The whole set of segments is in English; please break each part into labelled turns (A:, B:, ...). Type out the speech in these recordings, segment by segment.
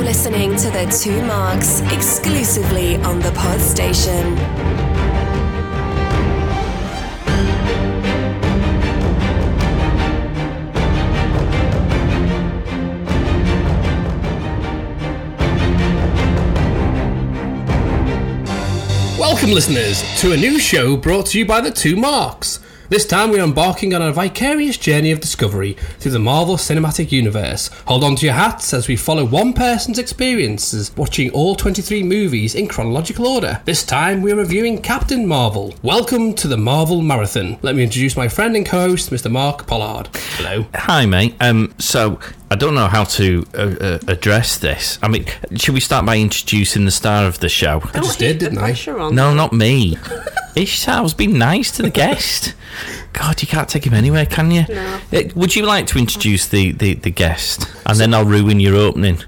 A: listening to The Two Marks exclusively on the Pod Station.
B: Welcome, listeners, to a new show brought to you by the Two Marks. This time we're embarking on a vicarious journey of discovery through the Marvel Cinematic Universe. Hold on to your hats as we follow one person's experiences watching all 23 movies in chronological order. This time we're reviewing Captain Marvel. Welcome to the Marvel Marathon. Let me introduce my friend and co host, Mr. Mark Pollard. Hello.
C: Hi, mate. Um, so I don't know how to uh, uh, address this. I mean, should we start by introducing the star of the show?
B: I just did, didn't I?
C: No, not me. Ishtar's been nice to the guest. God, you can't take him anywhere, can you? No. would you like to introduce the, the, the guest? And then I'll ruin your opening.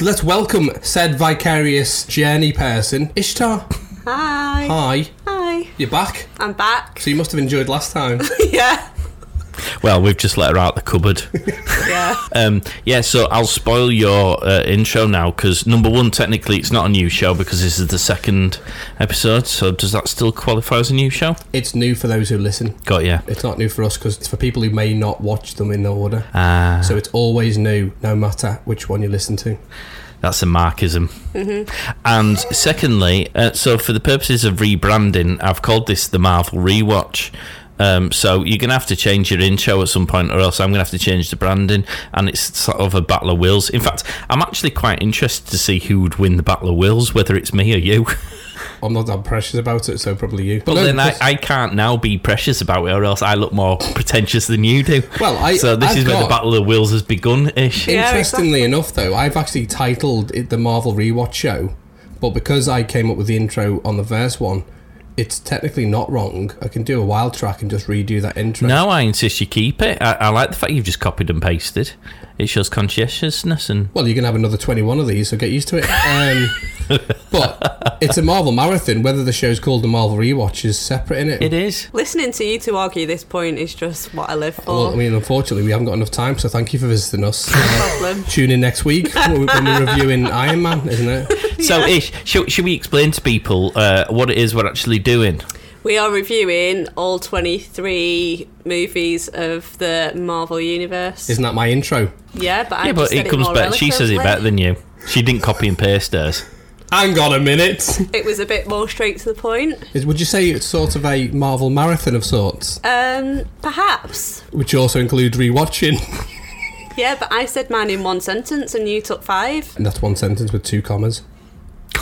B: Let's welcome said vicarious journey person, Ishtar.
D: Hi.
B: Hi.
D: Hi.
B: You're back.
D: I'm back.
B: So you must have enjoyed last time.
D: yeah.
C: Well, we've just let her out the cupboard.
D: Yeah.
C: Um, yeah, so I'll spoil your uh, intro now because number one, technically, it's not a new show because this is the second episode. So does that still qualify as a new show?
B: It's new for those who listen.
C: Got ya.
B: It's not new for us because it's for people who may not watch them in order.
C: Ah.
B: so it's always new, no matter which one you listen to.
C: That's a markism.
B: Mm-hmm.
C: And secondly, uh, so for the purposes of rebranding, I've called this the Marvel Rewatch. Um, so you're gonna have to change your intro at some point, or else I'm gonna have to change the branding, and it's sort of a battle of wills. In fact, I'm actually quite interested to see who would win the battle of wills, whether it's me or you.
B: I'm not that precious about it, so probably you.
C: But
B: No,
C: then I,
B: because-
C: I can't now be precious about it, or else I look more pretentious than you do.
B: Well, I-
C: so this
B: I've
C: is where the
B: got-
C: battle of wills has begun, ish.
D: Yeah,
B: Interestingly enough, though, I've actually titled it the Marvel Rewatch Show, but because I came up with the intro on the first one, it's technically not wrong. I can do a wild track and just redo that intro.
C: No, I insist you keep it. I, I like the fact you've just copied and pasted. It shows conscientiousness and
B: Well, you're going to have another 21 of these, so get used to it. Um, but it's a Marvel marathon. Whether the show's called the Marvel Rewatch is separate, in
C: it is.
D: Listening to you two argue this point is just what I live for.
B: Well, I mean, unfortunately, we haven't got enough time, so thank you for visiting us. Uh,
D: Problem.
B: tune in next week when we- when we're reviewing Iron Man, isn't it?
C: So, Ish, should, should we explain to people uh, what it is we're actually doing?
D: We are reviewing all 23 movies of the Marvel Universe.
B: Isn't that my intro?
D: yeah, but I
C: yeah,
D: just
C: but
D: said
C: it comes
D: more
C: better. She says it better
D: eloquently.
C: than you. She didn't copy and paste hers.
B: Hang on a minute.
D: It was a bit more straight to the point.
B: Is- Would you say it's sort of a Marvel marathon of sorts,
D: Um, perhaps.
B: which also includes rewatching?
D: Yeah, but I said mine in one sentence and you took five.
B: And that's one sentence with two commas.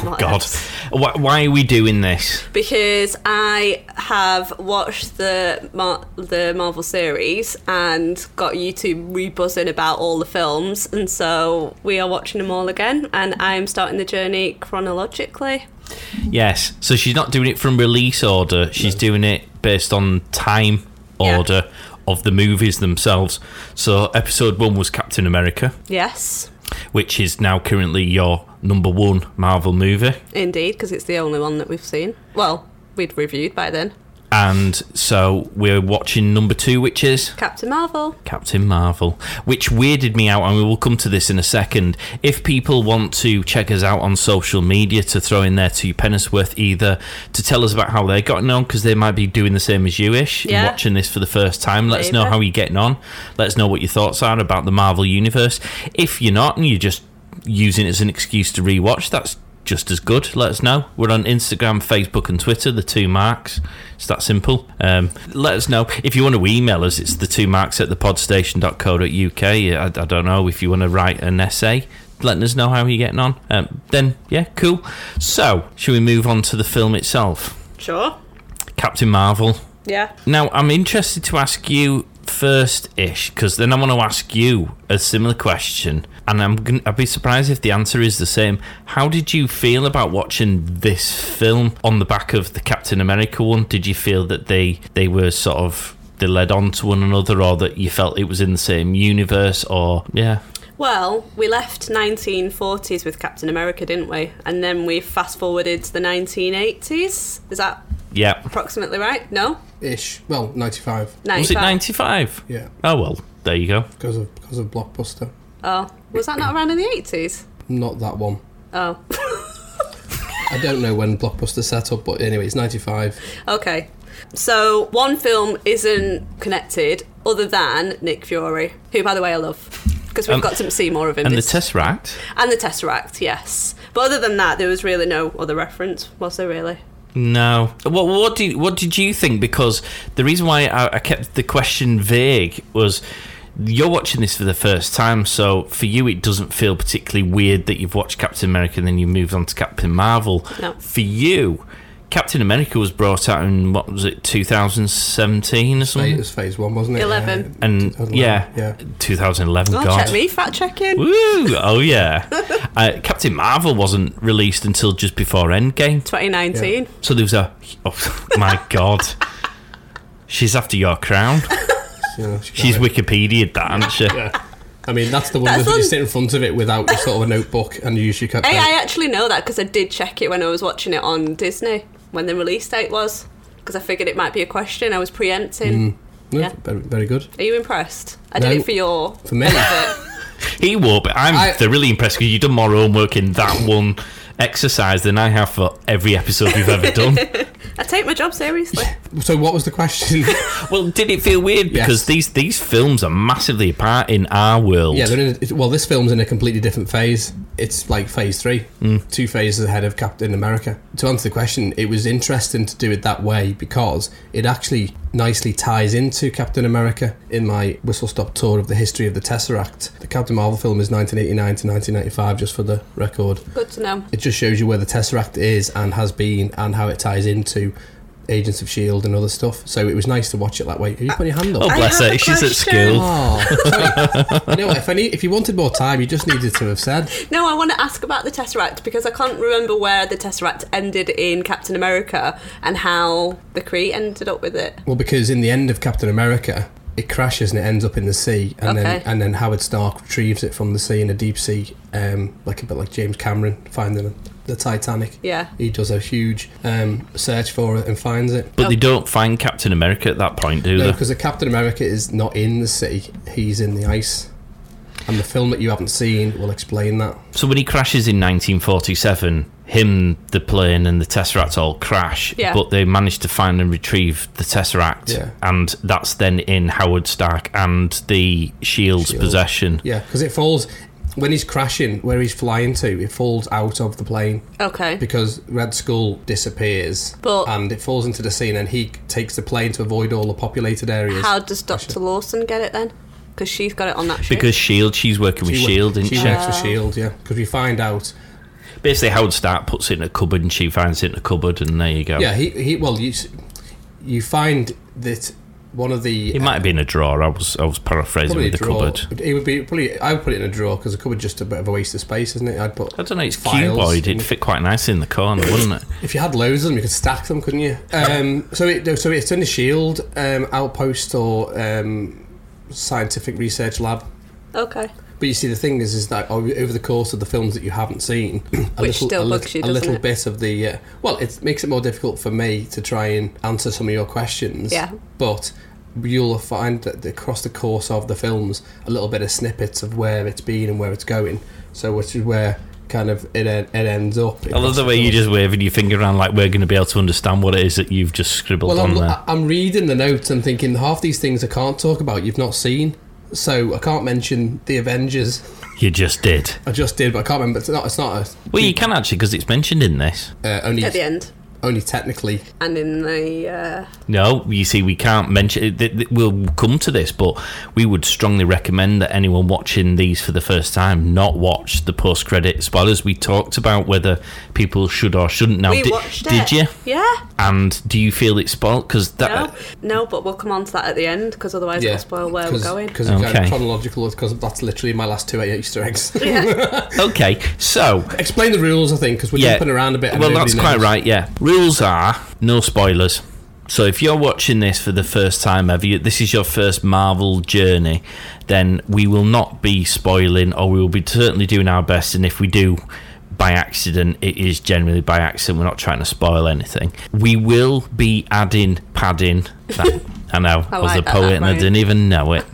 D: Not
C: God,
D: us.
C: why, why are we doing this?
D: because I have watched the Mar- the Marvel series and got you two rebuzzing about all the films, and so we are watching them all again. And I am starting the journey chronologically.
C: Yes, so she's not doing it from release order. She's doing it based on time
D: Yeah.
C: order of the movies themselves. So, episode one was Captain America.
D: Yes,
C: which is now currently your number one Marvel movie.
D: indeed, because it's the only one that we've seen. Well, we'd reviewed by then.
C: And so we're watching number two, which is
D: Captain Marvel.
C: Captain Marvel, which weirded me out, and we will come to this in a second. If people want to check us out on social media to throw in their two pennies worth, either to tell us about how they're getting on, because they might be doing the same as you ish and
D: Yeah.
C: watching this for the first time, let us know
D: Maybe.
C: how you're getting on. Let us know what your thoughts are about the Marvel Universe. If you're not, and you're just using it as an excuse to rewatch, that's just as good. Let us know. We're on Instagram, Facebook, and Twitter, the two marks. It's that simple. Um, let us know. If you want to email us, it's the two marks at thepodstation.co.uk. I, I don't know if you want to write an essay. Letting us know how you're getting on. Um, then, yeah, cool. So, should we move on to the film itself?
D: Sure.
C: Captain Marvel.
D: Yeah.
C: Now, I'm interested to ask you first ish, because then I want to ask you a similar question. And I'm gonna, I'd be surprised if the answer is the same. How did you feel about watching this film on the back of the Captain America one? Did you feel that they, they were sort of. They led on to one another, or that you felt it was in the same universe, or yeah,
D: Well, we left 1940s with Captain America, didn't we? And then we fast forwarded to the 1980s. Is that
C: yeah.
D: approximately right? No.
B: Ish. Well, 95.
D: 95.
C: Was it ninety five?
B: Yeah,
C: Oh well, there you go.
B: because of because of Blockbuster.
D: Oh, was that not around in the eighties?
B: Not that one.
D: Oh,
B: I don't know when Blockbuster set up, but anyway, it's 95.
D: okay. So one film isn't connected other than Nick Fury, who, by the way, I love because we've
C: Um,
D: got to see more of him.
C: And the
D: this-
C: Tesseract?
D: and the Tesseract, yes. But other than that, there was really no other reference, was there? Really?
C: No. What what did what did you think? Because the reason why I, I kept the question vague was you're watching this for the first time, so for you it doesn't feel particularly weird that you've watched Captain America and then you moved on to Captain Marvel.
D: No.
C: For you, Captain America was brought out in what was it, 2017 or
B: It
C: something?
B: was phase one, wasn't it?
D: 11.
B: Uh,
C: And
B: 2011,
C: yeah,
B: Yeah.
C: 2011.
D: Oh,
C: God.
D: check me, fact checking.
C: Woo! Oh yeah. uh, Captain Marvel wasn't released until just before Endgame.
D: 2019.
C: So there was a. Oh my god. She's after your crown.
B: Yeah,
C: She's
B: got it.
C: Wikipedia, that, isn't she?
B: I mean, that's the one
D: That's
B: that you
D: on-
B: sit in front of it without sort of a notebook and you usually can't.
D: Hey, I actually know that because I did check it when I was watching it on Disney when the release date was because I figured it might be a question. I was preempting.
C: Mm.
B: No,
D: yeah.
B: very, very good.
D: Are you impressed? I
B: No.
D: did it for your.
B: For me,
C: He will, but I'm
B: I-
C: they're really impressed because you've done more homework in that one exercise than I have for every episode we've ever done.
D: I take my job seriously.
B: so what was the question?
C: well, did it feel weird?
B: Yes.
C: Because these, these films are massively apart in our world.
B: yeah, they're in a, well, this film's in a completely different phase. It's like phase three, two phases ahead of Captain America. To answer the question, it was interesting to do it that way because it actually nicely ties into Captain America. In my whistle stop tour of the history of the Tesseract, the Captain Marvel film is 1989 to 1995, just for the record.
D: Good to know.
B: it just shows you where the Tesseract is and has been and how it ties into Agents of S.H.I.E.L.D. E and other stuff. So it was nice to watch it that way. Are you putting your hand
C: Oh,
B: up?
C: bless
D: have
C: her.
D: a
C: She's at
D: question.
C: school.
B: Oh, sorry. you know, what, if, I need, if you wanted more time, you just needed to have said.
D: No, I want to ask about the Tesseract because I can't remember where the Tesseract ended in Captain America and how the Kree ended up with it.
B: Well, because in the end of Captain America, it crashes and it ends up in the sea, and then
D: Okay.
B: and then Howard Stark retrieves it from the sea in a deep sea, um, like a bit like James Cameron finding the Titanic.
D: Yeah.
B: he does a huge um, search for it and finds it.
C: But they don't find Captain America at that point, do
B: No,
C: they?
B: because the Captain America is not in the city; he's in the ice. And the film that you haven't seen will explain that.
C: So when he crashes in 1947, him, the plane, and the Tesseract all crash.
D: Yeah.
C: But they manage to find and retrieve the Tesseract,
B: Yeah.
C: and that's then in Howard Stark and the Shield's E
B: E
C: possession.
B: Yeah, because it falls when he's crashing, where he's flying to. It falls out of the plane
D: Okay.
B: because Red Skull disappears,
D: But-
B: and it falls into the scene, and he takes the plane to avoid all the populated areas.
D: how does Dr. Lawson get it then? Because she's got it on that ship.
C: Because Shield, E she's working with
B: She wo-
C: Shield, isn't
B: she
C: she?
B: works for Shield, yeah. Because we find out,
C: Basically, Howard Stark puts it in a cupboard, and she finds it in a cupboard, and there you go.
B: yeah. He, he well, you s- you find that one of the
C: It might have been a drawer. I was I was paraphrasing
B: Probably
C: with
B: a
C: the
B: drawer.
C: cupboard.
B: It would be probably. I would put it in a drawer because a cupboard's just a bit of a waste of space, isn't it? I'd put.
C: I don't know. It's
B: files
C: cuboid.
B: in
C: It'd
B: the-
C: fit quite nicely in the corner, wouldn't it?
B: If you had loads of them, you could stack them, couldn't you? Um, so it, so it's in the shield um, outpost or um, scientific research lab.
D: okay.
B: But you see, the thing is, is that o- over the course of the films that you haven't seen, a
D: Which
B: little,
D: still
B: a little,
D: bugs you,
B: a little
D: doesn't it?
B: bit of the uh, well, it makes it more difficult for me to try and answer some of your questions.
D: Yeah.
B: But you'll find that across the course of the films, a little bit of snippets of where it's been and where it's going. So which is where kind of it en- it ends up.
C: I love the way you're just waving your finger around like we're going to be able to understand what it is that you've just scribbled
B: Well,
C: on
B: I'm,
C: there.
B: I'm reading the notes and thinking half these things I can't talk about. You've not seen. So I can't mention the Avengers.
C: You just did.
B: I just did, but I can't remember. It's not. It's not a
C: Well, you can actually because it's mentioned in this.
B: uh, only
D: At the end.
B: only technically.
D: And in the. Uh,
C: No, you see, we can't mention. It, th- th- we'll come to this, but we would strongly recommend that anyone watching these for the first time not watch the post-credit spoilers. We talked about whether people should or shouldn't. Now,
D: we
C: Oh, di-
D: watched it.
C: did Uh, you?
D: Yeah.
C: And do you feel it's spoiled? Because that
D: No, no, but we'll come on to that at the end because otherwise it'll spoil where we're going.
B: Because it's kind
C: Okay.
B: of chronological, because that's literally my last two Easter eggs.
C: okay. So
B: Explain the rules, I think, because we're
C: yeah,
B: jumping around a bit. and
C: Well,
B: nobody
C: that's quite
B: knows.
C: right. Yeah. Rules are no spoilers. So if you're watching this for the first time ever, you- this is your first Marvel journey, then we will not be spoiling, or we will be certainly doing our best. And if we do by accident, it is generally by accident. We're not trying to spoil anything. We will be adding padding. That- I know. I, was
D: like
C: a
D: that,
C: poet
D: that
C: and I
D: line.
C: didn't even know it.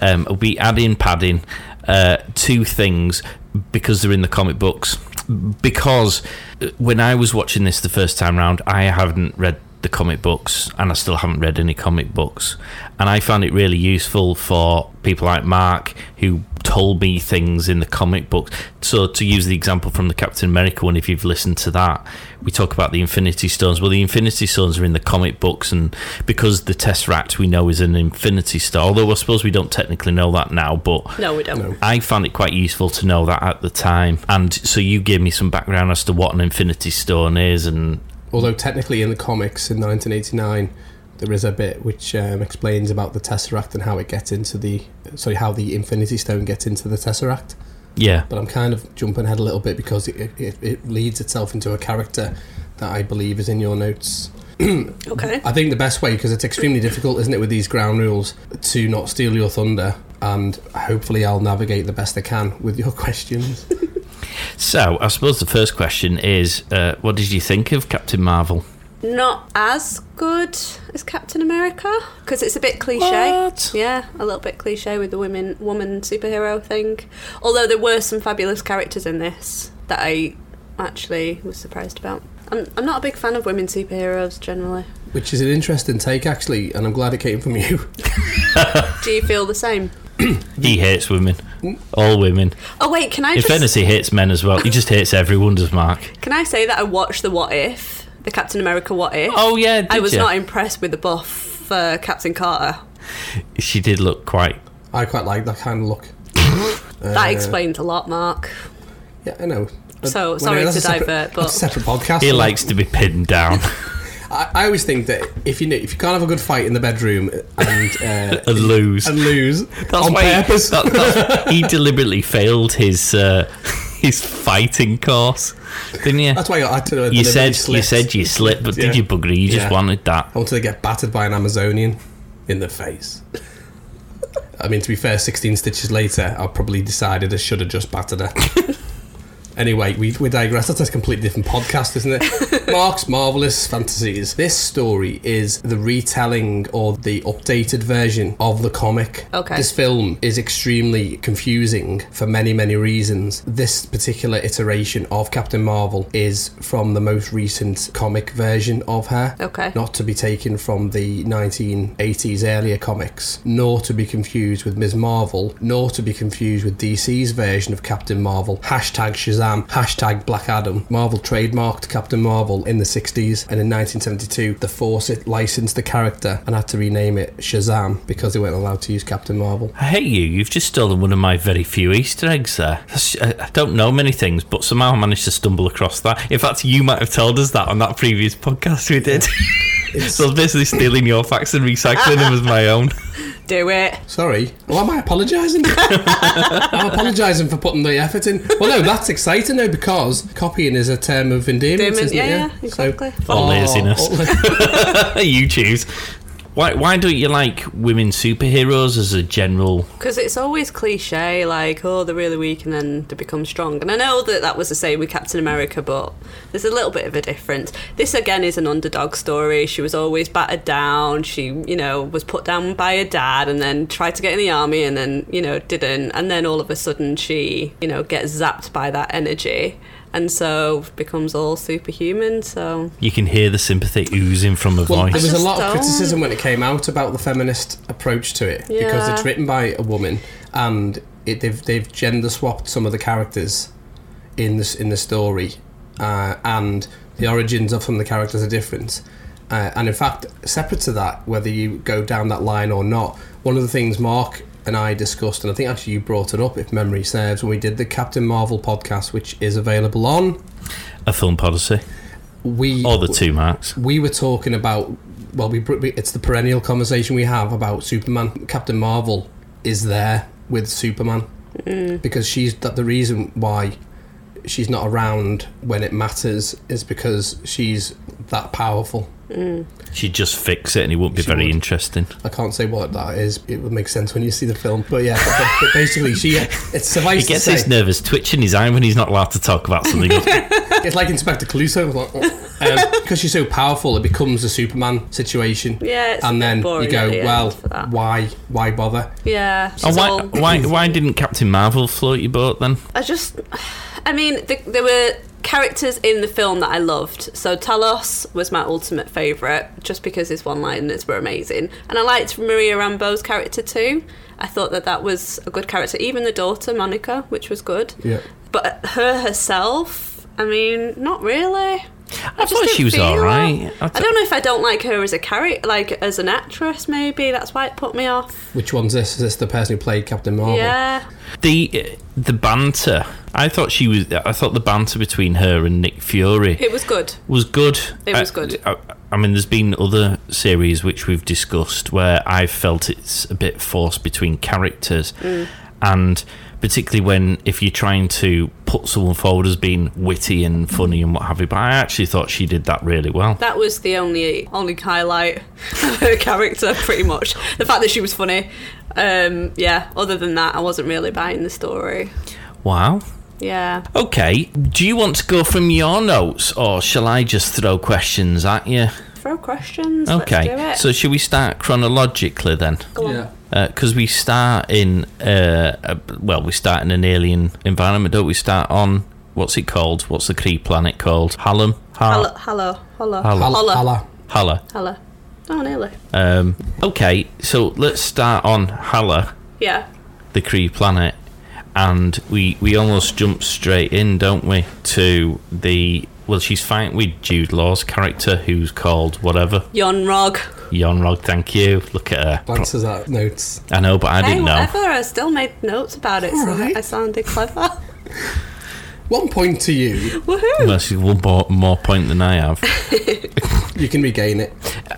C: um, we'll be adding padding uh, to things because they're in the comic books. Because uh, when I was watching this the first time round, I hadn't read the comic books and I still haven't read any comic books. And I found it really useful for people like Mark who told me things in the comic books. So to use the example from the Captain America one, if you've listened to that, we talk about the Infinity Stones. Well, the Infinity Stones are in the comic books, and because the Tesseract we know is an Infinity Star, although I suppose we don't technically know that now, but
D: No, we don't.
C: I found it quite useful to know that at the time. And so you gave me some background as to what an Infinity Stone is and
B: Although technically in the comics in 1989, there is a bit which um, explains about the Tesseract and how it gets into the sorry how the Infinity Stone gets into the Tesseract.
C: yeah.
B: But I'm kind of jumping ahead a little bit because it, it, it leads itself into a character that I believe is in your notes.
D: Okay.
B: I think the best way, because it's extremely difficult, isn't it, with these ground rules, to not steal your thunder. And hopefully, I'll navigate the best I can with your questions.
C: So I suppose the first question is, uh, what did you think of Captain Marvel?
D: Not as good as Captain America because it's a bit cliche.
C: What?
D: Yeah, a little bit cliche with the women woman superhero thing. Although there were some fabulous characters in this that I actually was surprised about. I'm, I'm not a big fan of women superheroes generally.
B: Which is an interesting take, actually, and I'm glad it came from you.
D: Do you feel the same?
C: He hates women, all women.
D: Oh wait, can I
C: In
D: just
C: fairness, he hates men as well. He just hates everyone, does Mark?
D: can I say that I watched the What If, the Captain America What If?
C: Oh yeah,
D: I
C: did
D: was
C: ya?
D: not impressed with the buff for Captain Carter.
C: She did look quite.
B: I quite like that kind of look.
D: That explains a lot, Mark.
B: Yeah, I know. But
D: So,
B: well,
D: sorry
B: that's
D: to
B: a separate,
D: divert, but-
B: that's a separate podcast.
C: He likes to be pinned down
B: I, I always think that if you if you can't have a good fight in the bedroom and uh,
C: and lose.
B: and lose on
C: why he-
B: purpose,
C: that- that's- he deliberately failed his uh, his fighting course, didn't you?
B: that's why I had to. deliberately
C: you said you
B: slipped.
C: said you slipped, but
B: Yeah.
C: did you bugger? You just
B: Yeah.
C: wanted that.
B: I wanted to get battered by an Amazonian in the face. I mean, to be fair, 16 stitches later, I probably decided I should have just battered her. anyway, we, we digress. That's a completely different podcast, isn't it? Mark's Marvelous Fantasies. This story is the retelling or the updated version of the comic.
D: Okay.
B: This film is extremely confusing for many, many reasons. This particular iteration of Captain Marvel is from the most recent comic version of her
D: Okay.
B: not to be taken from the 1980s earlier comics, nor to be confused with Ms. Marvel, nor to be confused with DC's version of Captain Marvel. Hashtag Shazam, hashtag Black Adam. Marvel trademarked Captain Marvel in the 60s, and in 1972, the Fawcett licensed the character and had to rename it Shazam because they weren't allowed to use Captain Marvel.
C: I hate you. You've just stolen one of my very few Easter eggs there. That's- I I don't know many things, but somehow I managed to stumble across that. In fact, you might have told us that on that previous podcast we did. so I was basically stealing your facts and recycling them as my own.
D: Do it.
B: Sorry. Well, am I apologising? I'm apologising for putting the effort in. Well, no, that's exciting though because copying is a term of endearment,
D: Endearment,
B: isn't it?
D: yeah, yeah,
B: So- oh,
D: exactly.
C: Or laziness.
B: or la-
C: you choose. Why, why don't you like women superheroes as a general?
D: Because it's always cliche, like, oh, they're really weak and then they become strong. And I know that that was the same with Captain America, but there's a little bit of a difference. This, again, is an underdog story. She was always battered down. She, you know, was put down by her dad and then tried to get in the army and then, you know, didn't. And then all of a sudden she, you know, gets zapped by that energy and so becomes all superhuman. So,
C: You can hear the sympathy oozing from her
B: Well, there
C: voice.
B: was a
D: just
B: lot of
D: don't.
B: criticism when it came out about the feminist approach to it because
D: Yeah.
B: it's written by a woman and it, they've they've gender swapped some of the characters in this in the story, uh, and the origins of some of the characters are different. Uh, and in fact, separate to that, whether you go down that line or not, one of the things Mark and I discussed, and I think actually you brought it up, if memory serves, when we did the Captain Marvel podcast, which is available on.
C: a film policy.
B: We
C: Or the two marks.
B: we were talking about well we br- it's the perennial conversation we have about superman captain marvel is there with superman
D: Mm.
B: because she's that the reason why she's not around when it matters is because she's that powerful
C: She'd just fix it and it wouldn't be very
B: would.
C: interesting.
B: i can't say what that is it would make sense when you see the film but yeah but, but basically she it's suffice
C: He gets
B: to
C: his
B: say
C: nervous twitch in his eye when he's not allowed to talk about something.
B: it's like Inspector Clouseau. Like, oh. um, because she's so powerful, it becomes a Superman situation.
D: Yeah, it's a
B: and
D: bit
B: then you
D: boring
B: go,
D: at the end
B: well,
D: for that."
B: why, why bother?
D: Yeah.
C: And
D: she's
C: why,
D: all-
C: why, why didn't Captain Marvel float your boat then?
D: I just, I mean, th there were characters in the film that I loved. So Talos was my ultimate favourite, just because his one-liners were amazing, and I liked Maria Rambeau's character too. I thought that that was a good character, even the daughter Monica, which was good.
B: Yeah.
D: But her herself, I mean, not really.
C: I
D: just
C: thought she
D: didn't
C: was
D: feel
C: all right.
D: her.
C: I
D: I,
C: th-
D: don't know if I don't like her as a character, like as an actress. Maybe that's why it put me off.
B: Which one's this? Is this the person who played Captain
C: Oh.
B: Marvel?
D: Yeah,
C: The the banter. I thought she was. I thought the banter between her and Nick Fury
D: it was good.
C: was good.
D: It was
C: I-
D: good.
C: I, I mean, there's been other series which we've discussed where I felt it's a bit forced between characters,
D: Mm.
C: and particularly when if you're trying to put someone forward as being witty and funny and what have you. But I actually thought she did that really well.
D: That was the only only highlight of her character, pretty much. The fact that she was funny. Um, yeah. Other than that, I wasn't really buying the story.
C: Wow.
D: Yeah.
C: Okay. Do you want to go from your notes, or shall I just throw questions at you?
D: Throw questions.
C: Okay.
D: Let's do
C: So
D: it.
C: should we start chronologically then?
D: Go on.
B: Yeah.
C: because we start in uh, a, well, we start in an alien environment, don't we? Start on what's it called? What's the Cree planet called? Hallam.
D: Hello.
C: Hal-
D: Hello. Hello.
C: Hello.
B: Allah.
D: Hello.
B: Allah.
C: Halla.
D: Hello. Oh, nearly.
C: Um, okay, so let's start on Halla,
D: Yeah.
C: the Cree planet, and we we almost jump straight in, don't we? To the well, she's fighting with Jude Law's character, who's called whatever
D: Yon Rog.
C: Yonrog. Thank you. Look at her.
B: Glances at notes.
C: I know, but I
D: Hey,
C: didn't know.
D: whatever. I still made notes about it, so
B: Alright.
D: that I sounded clever.
B: One point to you.
D: Woohoo!
C: Well, she's one more, more point than I have.
B: You can regain it.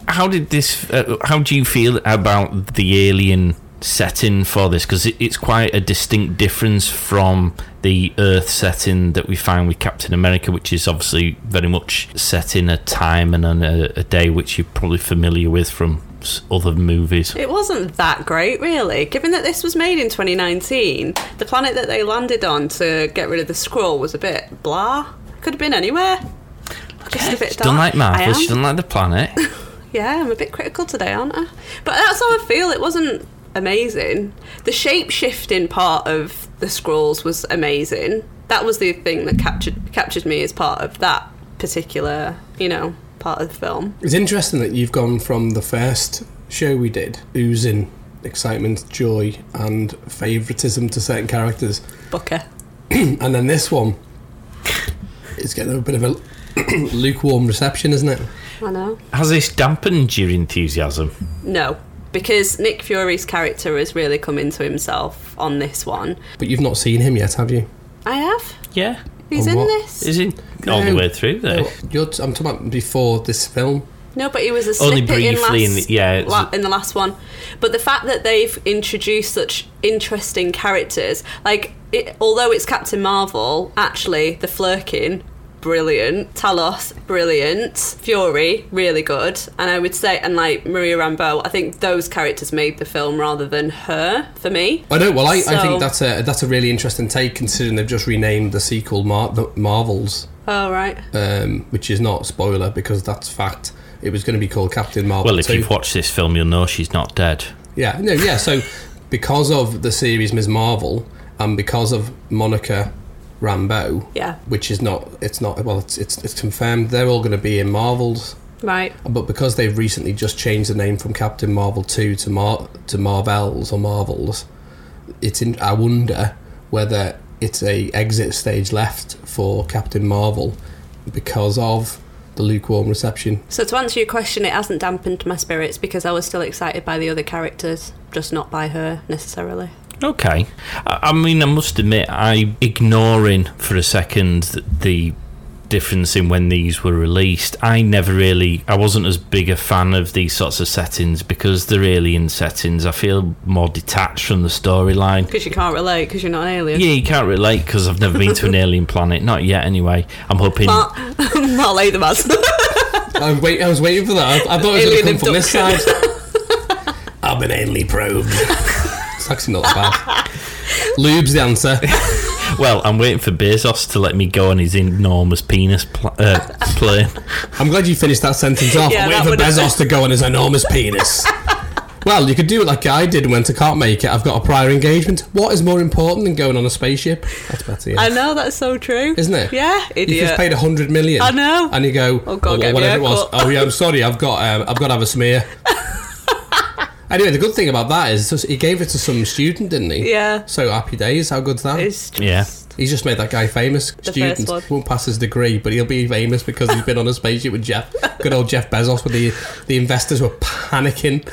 C: how did this uh, how do you feel about the alien setting for this because it, it's quite a distinct difference from the earth setting that we find with captain america which is obviously very much set in a time and on a, a day which you're probably familiar with from s- other movies
D: It wasn't that great, really. Given that this was made in 2019, the planet that they landed on to get rid of the scroll was a bit blah. Could have been anywhere. Just a bit
C: she doesn't
D: dark.
C: like marvel
D: I
C: she
D: am.
C: doesn't like the planet
D: Yeah, I'm a bit critical today, aren't I? But that's how I feel. It wasn't amazing. The shape shifting part of the scrolls was amazing. That was the thing that captured captured me as part of that particular, you know, part of the film.
B: It's interesting that you've gone from the first show we did, oozing excitement, joy, and favouritism to certain characters,
D: Booker.
B: and then this one is getting a bit of a lukewarm reception, isn't it?
D: I know.
C: has this dampened your enthusiasm
D: No, because Nick Fury's character has really come into himself on this one.
B: But you've not seen him yet, have you?
D: I have.
C: yeah
D: He's
B: On
D: in
B: what?
D: this.
C: is it all the
B: No.
C: way through there
B: You're t- I'm talking about before this film.
D: No, but he was a
C: Only
D: snippet in, last,
C: briefly in the- yeah, it's-
D: la- in the last one. But the fact that they've introduced such interesting characters, like it, although it's Captain Marvel, actually the Flurkin, brilliant, Talos, brilliant, Fury, really good, and I would say, and like Maria Rambeau, I think those characters made the film rather than her for me.
B: I know. Well, I, I
D: So-
B: think that's a that's a really interesting take, considering they've just renamed the sequel Mar- the Marvels,
D: Oh right,
C: Uh,
B: um, which is not a spoiler because that's fact. It was going to be called Captain Marvel.
C: well if
B: 2.
C: you've watched this film you'll know she's not dead
B: Yeah, no, yeah. So because of the series Ms. Marvel and because of Monica Rambeau,
D: Yeah.
B: which is not, it's not, well, it's it's, it's confirmed they're all going to be in Marvels,
D: right.
B: but because they've recently just changed the name from Captain Marvel two to Mar to Marvels or Marvels, it's in. I wonder whether it's a exit stage left for Captain Marvel because of the lukewarm reception.
D: So to answer your question, it hasn't dampened my spirits because I was still excited by the other characters, just not by her necessarily.
C: Okay. I, I mean, I must admit, I ignoring for a second th- the difference in when these were released. I never really, I wasn't as big a fan of these sorts of settings because they're alien settings. I feel more detached from the storyline.
D: Because you can't relate because you're not an alien.
C: Yeah, you can't relate because I've never been to an alien planet. Not yet, anyway. I'm hoping.
D: Mar- Marley the Mas.
B: I was, wait, I was waiting for that. I, I thought it was
D: Alien
B: going to come from this side.
D: abduction.
B: I've been alienly probed. it's actually not that bad. Lube's the answer.
C: Well, I'm waiting for Bezos to let me go on his enormous penis pl- uh, plane.
B: I'm glad you finished that sentence off.
D: Yeah,
B: I'm
D: that
B: waiting for
D: would've-
B: Bezos to go on his enormous penis. well, you could do it like I did and went, I can't make it. I've got a prior engagement. What is more important than going on a spaceship? That's better, yeah.
D: I know that's so true,
B: Isn't it?
D: Yeah,
B: You've just
D: idiot.
B: paid a hundred million.
D: I know.
B: And you go,
D: Oh, God,
B: or
D: get me
B: whatever it was.
D: haircut.
B: Oh yeah, I'm sorry. I've got, um, I've got to have a smear. anyway, the good thing about that is just- he gave it to some student, didn't he?
D: Yeah.
B: So happy days. How good's that?
D: It's just
C: Yeah.
B: He's just made that guy famous.
D: first
B: Student
D: one.
B: won't pass his degree, but he'll be famous because he's been on a spaceship with Jeff. Good old Jeff Bezos. With the the investors were panicking.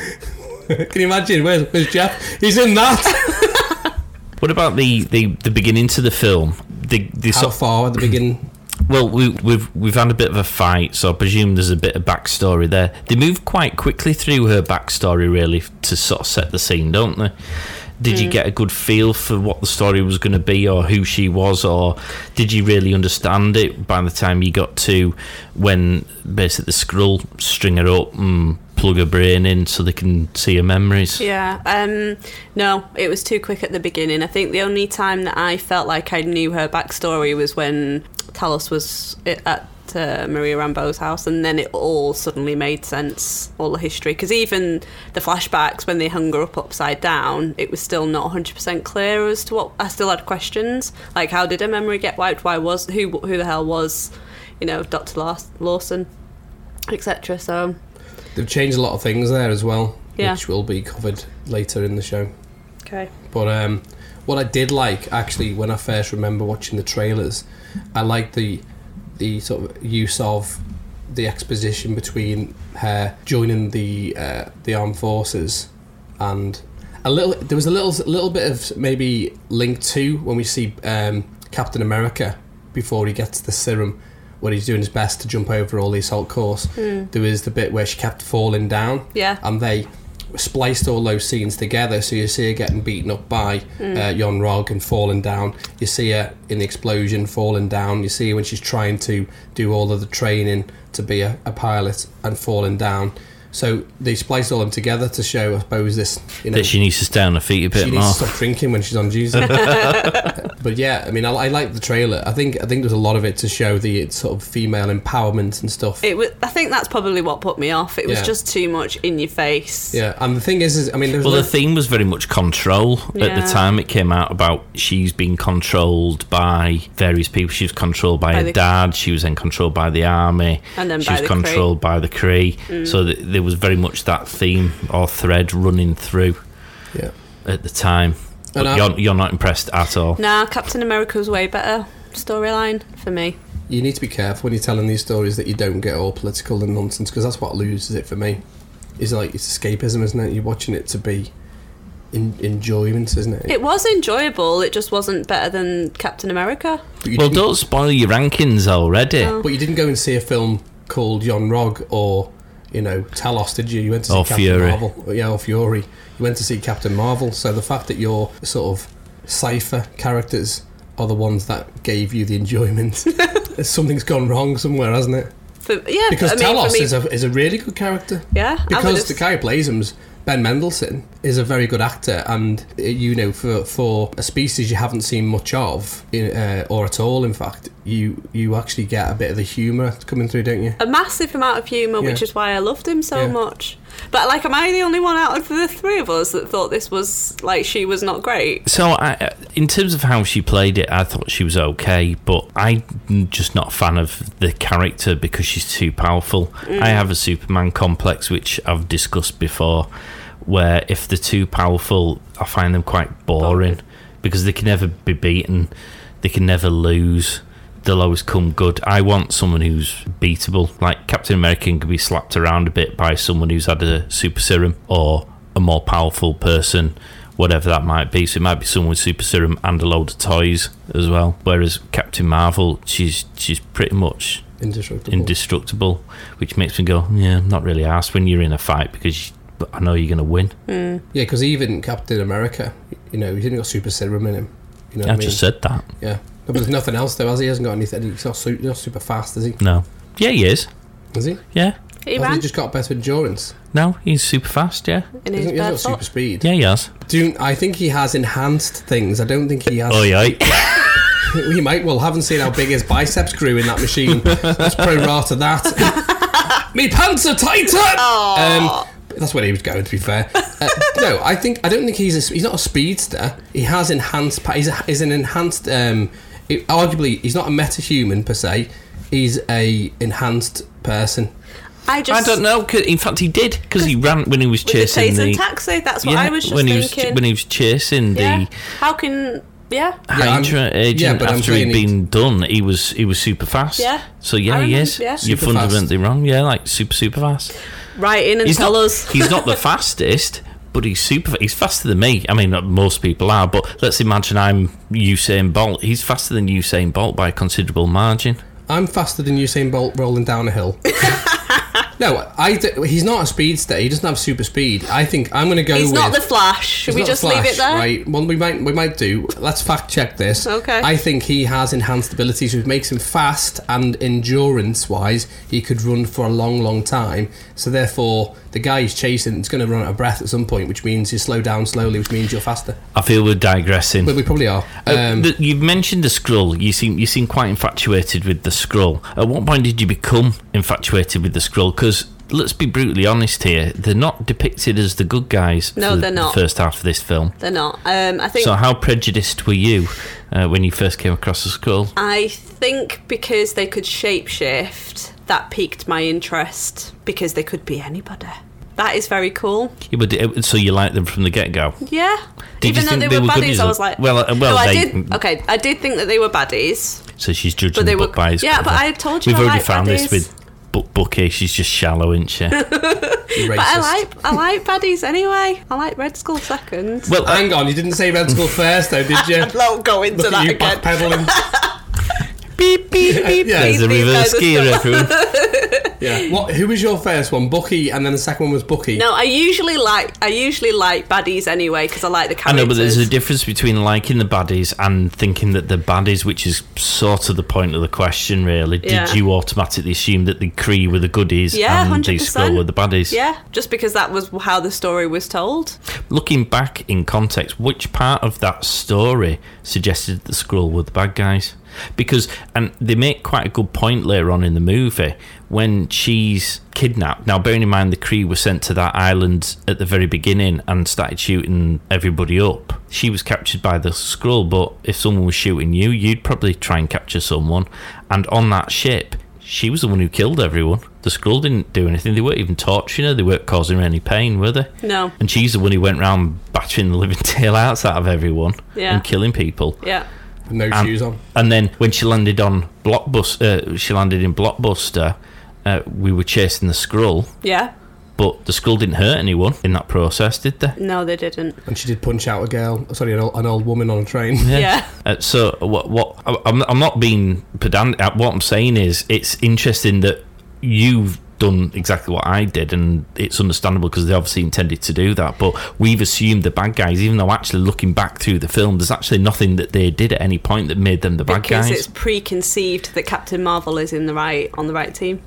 B: Can you imagine? Where's, where's Jeff? He's in that.
C: What about the, the, the beginning to the film? The, the
B: How
C: sort-
B: far at the beginning?
C: Well, we, we've we've had a bit of a fight, so I presume there's a bit of backstory there. They move quite quickly through her backstory, really, to sort of set the scene, don't they? Did you get a good feel for what the story was going to be, or who she was, or did you really understand it by the time you got to when basically the scroll string her up and plug her brain in so they can see her memories?
D: Yeah. Um, no, it was too quick at the beginning. I think the only time that I felt like I knew her backstory was when Talos was i- at uh, Maria Rambo's house, and then it all suddenly made sense, all the history. Because even the flashbacks when they hung her up upside down, it was still not 100% clear as to what. I still had questions like, how did her memory get wiped? Why was who who the hell was, you know, Doctor Lawson, etc. So
B: They've changed a lot of things there as well,
D: Yeah.
B: which will be covered later in the show.
D: okay,
B: But um, what I did like actually when I first remember watching the trailers, I liked the the sort of use of the exposition between her joining the uh, the armed forces and a little there was a little little bit of maybe link two when we see um, Captain America before he gets the serum where he's doing his best to jump over all the assault course. There was the bit where she kept falling down
D: Yeah.
B: and they spliced all those scenes together. So you see her getting beaten up by uh, Yon Rog and falling down. You see her in the explosion falling down. You see her when she's trying to do all of the training to be a, a pilot and falling down. So they spliced all them together to show, I suppose, this. You know,
C: That she needs to stay on her feet a bit
B: she
C: more.
B: needs to stop drinking when she's on duty. but yeah, I mean, I, I like the trailer. I think I think there's a lot of it to show the sort of female empowerment and stuff.
D: It was. I think that's probably what put me off. It was
B: Yeah.
D: just too much in your face.
B: yeah, and the thing is, is I mean, there's
C: Well,
B: no-
C: the theme was very much control at the
D: Yeah.
C: time it came out about she's being controlled by various people. She was controlled by,
D: By
C: her
D: the-
C: dad. She was then controlled by the army.
D: And then
C: she
D: by
C: was
D: the Mm. Kree.
C: controlled by the Cree. So th- there was very much that theme or thread running through
B: yeah.
C: at the time. But
B: And I-
C: you're, you're not impressed at all.
D: Nah, Captain America was way better storyline for me.
B: you need to be careful when you're telling these stories that you don't get all political and nonsense because that's what loses it for me. Is like it's escapism, isn't it? You're watching it to be in, enjoyment, isn't it?
D: It was enjoyable. It just wasn't better than Captain America.
B: but, you
C: Well,
B: didn't,
C: don't spoil your rankings already.
B: but you didn't go and see a film called Yon Rog or you know Talos, did you? You went to see
C: Or
B: Captain
C: Oh, Fury.
B: Marvel, yeah, or Fury. You went to see Captain Marvel. So the fact that your sort of cipher characters are the ones that gave you the enjoyment, something's gone wrong somewhere, hasn't it?
D: For, yeah,
B: Because
D: I mean,
B: Talos
D: for me,
B: is a is a really good character.
D: yeah, I
B: because
D: would've-
B: the guy who plays him's Ben Mendelsohn is a very good actor, and uh, you know, for for a species you haven't seen much of, in, uh, or at all, in fact, you you actually get a bit of the humour coming through, don't you?
D: a massive amount of humour, which
B: Yeah.
D: is why I loved him so
B: Yeah.
D: much. But like, am I the only one out of the three of us that thought this was like she was not great?
C: So, I, in terms of how she played it, I thought she was okay, but I'm just not a fan of the character because she's too powerful. I have a Superman complex, which I've discussed before, where if they're too powerful, I find them quite boring because they can never be beaten, they can never lose. They'll always come good. I want someone who's beatable. Like Captain America can be slapped around a bit by someone who's had a super serum or a more powerful person, whatever that might be. So it might be someone with super serum and a load of toys as well. Whereas Captain Marvel, she's she's pretty much
B: Indestructible.
C: indestructible, which makes me go, yeah, I'm not really asked when you're in a fight because you, but I know you're going to win.
B: yeah, because even Captain America, you know, he's only got super serum in him. You know what
C: I
B: I mean?
C: just said that.
B: yeah. No, but there's nothing else though, has he? He hasn't got anything. He's not, su- he's not super fast, is he?
C: No. Yeah, he is.
B: Is he?
C: Yeah.
D: He
B: Has he
D: ran
B: just got better endurance?
C: No, he's super fast. Yeah.
B: Isn't
D: in his
B: he? He's
D: bed.
B: got super speed.
C: Yeah, he has.
B: Do I think he has enhanced things? I don't think he has.
C: Oh, yeah.
B: we might well haven't seen how big his biceps grew in that machine. Let's pro rata that. Me pants are tighter. Um, that's where he was going. To be fair, uh, no, I think I don't think he's a, he's not a speedster. He has enhanced. pa- He's, a, he's an enhanced. Um, he- arguably, he's not a metahuman per se. He's a enhanced person.
D: I
C: I
D: just
C: don't know. 'cause- In fact, he did because he ran when he was
D: with the
C: chasing
D: taser
C: the.
D: and taxi. That's what I was just
C: when he was
D: thinking.
C: when he was chasing
D: yeah.
C: the
D: How can yeah?
B: Yeah, I'm-
C: Hydra
B: yeah,
C: agent
B: but I'm
C: after
B: saying
C: he'd been done. He was he was super fast.
D: Yeah.
C: So
D: I
C: yeah, he
D: remember,
C: is.
D: yeah.
C: You're
B: Super fast.
C: fundamentally wrong. Yeah, like super super fast.
D: Right in and
C: He's
D: tell
C: not,
D: us.
C: he's not the fastest, but he's super. He's faster than me. I mean, not most people are, but let's imagine I'm Usain Bolt. He's faster than Usain Bolt by a considerable margin.
B: I'm faster than Usain Bolt rolling down a hill. no, I d- he's not a speedster. He doesn't have super speed. I think I'm going to go
D: He's
B: with.
D: not the Flash. Should
B: he's
D: we
B: not
D: just
B: Flash,
D: leave it there?
B: Right. Well, we might we might do. Let's fact check this.
D: Okay.
B: I think he has enhanced abilities, which makes him fast and endurance wise. He could run for a long, long time. So therefore, the guy he's chasing is going to run out of breath at some point, which means you slow down slowly, which means you're faster.
C: I feel we're digressing.
B: But we probably are.
D: Oh.
C: Uh,
B: Um,
C: the, you've mentioned the scroll. You seem you seem quite infatuated with the scroll. At what point did you become infatuated with the scroll? Because let's be brutally honest here, they're not depicted as the good guys.
D: No,
C: for the-
D: they're not.
C: The first half of this film.
D: They're not. Um, I think
C: So how prejudiced were you uh, when you first came across the scroll?
D: I think because they could shapeshift, that piqued my interest because they could be anybody. That is very cool.
C: You would- uh, so you liked them from the get go.
D: Yeah.
C: Did
D: Even
C: you
D: though
C: think
D: they,
C: they
D: were
C: were good
D: baddies, I
C: as-
D: was like,
C: well, uh, well,
D: no, I
C: they-
D: did. Okay, I did think that they were baddies.
C: So she's judging
D: But they
C: the
D: were-
C: book by its
D: yeah, but
C: cover.
D: I told you
C: we've
D: I
C: already
D: like
C: found
D: baddies.
C: this with Book Bookie. She's just shallow, isn't she?
D: But I like, I like baddies anyway. I like Red Skull second.
C: well,
B: Hang on, you didn't say Red Skull first, though, did you?
D: Don't go into
B: Look at you backpedaling.
C: beep beep beep.
B: Yeah.
C: There's a
D: Beep, beep,
C: reverse
D: no,
C: gear, everyone.
B: Yeah. What? Who was your first one? Bucky, and then the second one was Bucky.
D: No, I usually like, I usually like baddies anyway because I like the
C: I
D: characters.
C: know, but there's a difference between liking the baddies and thinking that they're baddies, which is sort of the point of the question, really.
D: Yeah.
C: Did you automatically assume that the Kree were the goodies
D: Yeah,
C: and the
D: 100%.
C: Skrull were the baddies?
D: Yeah, just because that was how the story was told.
C: Looking back in context, which part of that story suggested that the Skrull were the bad guys? Because, and they make quite a good point later on in the movie when she's kidnapped. Now, bearing in mind the Kree were sent to that island at the very beginning and started shooting everybody up. She was captured by the Skrull, but if someone was shooting you, you'd probably try and capture someone. And on that ship, she was the one who killed everyone. The Skrull didn't do anything. They weren't even torturing her. They weren't causing her any pain, were they?
D: No.
C: And she's the one who went round battering the living taillights out of everyone
D: Yeah.
C: and killing people.
D: Yeah.
B: No
C: And-
B: shoes on.
C: And then when she landed on Blockbuster, uh, she landed in Blockbuster. Uh, we were chasing the Skrull,
D: Yeah.
C: but the Skrull didn't hurt anyone in that process, did they?
D: No, they didn't.
B: And she did punch out a girl. Sorry, an old, an old woman on a train.
D: Yeah.
C: Uh, so what? What? I- I'm, I'm not being pedantic. Uh, What I'm saying is, it's interesting that you've done exactly what I did, and it's understandable because they obviously intended to do that. But we've assumed the bad guys, even though actually looking back through the film, there's actually nothing that they did at any point that made them the bad
D: because
C: guys.
D: it's preconceived that Captain Marvel is in the right on the right team.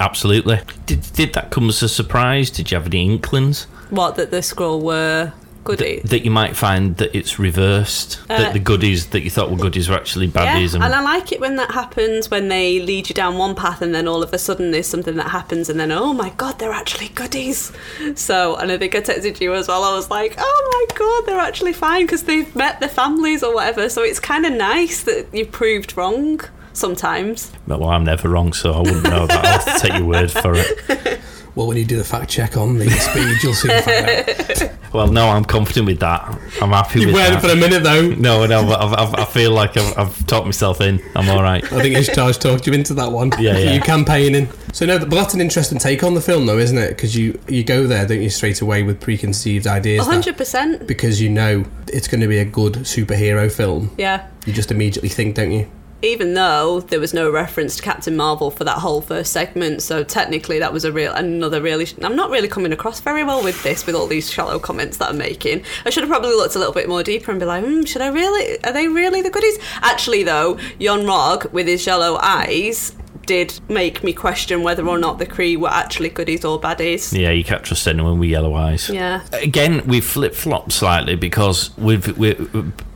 C: Absolutely. Did did that come as a surprise? Did you have any inklings
D: What that the scroll were goodies.
C: that you might find that it's reversed?
D: Uh,
C: that the goodies that you thought were goodies were actually baddies,
D: yeah,
C: and
D: and I like it when that happens when they lead you down one path and then all of a sudden there's something that happens and then oh my god they're actually goodies. So and I think I texted you as well. I was like oh my god they're actually fine because they've met their families or whatever. So it's kind of nice that you proved wrong sometimes.
C: well, I'm never wrong, so I wouldn't know that. I'll have to take your word for it.
B: Well, when you do the fact check on the speed, you'll soon find out.
C: Well, no, I'm confident with that. I'm happy
B: You
C: with
B: waited
C: that.
B: for a minute though.
C: no, no, but I've, I've, I feel like I've, I've talked myself in. I'm all right.
B: I think Ishtar's talked you into that one.
C: Yeah, yeah.
B: You campaigning. So no, but that's an interesting take on the film, though, isn't it? Because you you go there, don't you, straight away with preconceived ideas. that-
D: hundred percent.
B: because you know it's going to be a good superhero film.
D: Yeah.
B: You just immediately think, don't you?
D: even though there was no reference to Captain Marvel for that whole first segment, so technically that was a real another really. I'm not really coming across very well with this, with all these shallow comments that I'm making. I should have probably looked a little bit more deeper and be like, hmm, should I really? Are they really the goodies? Actually, though, Yon Rog with his yellow eyes did make me question whether or not the Kree were actually goodies or baddies.
C: Yeah, you can't trust anyone with yellow eyes.
D: Yeah.
C: Again, we've flip flopped slightly because we've we're,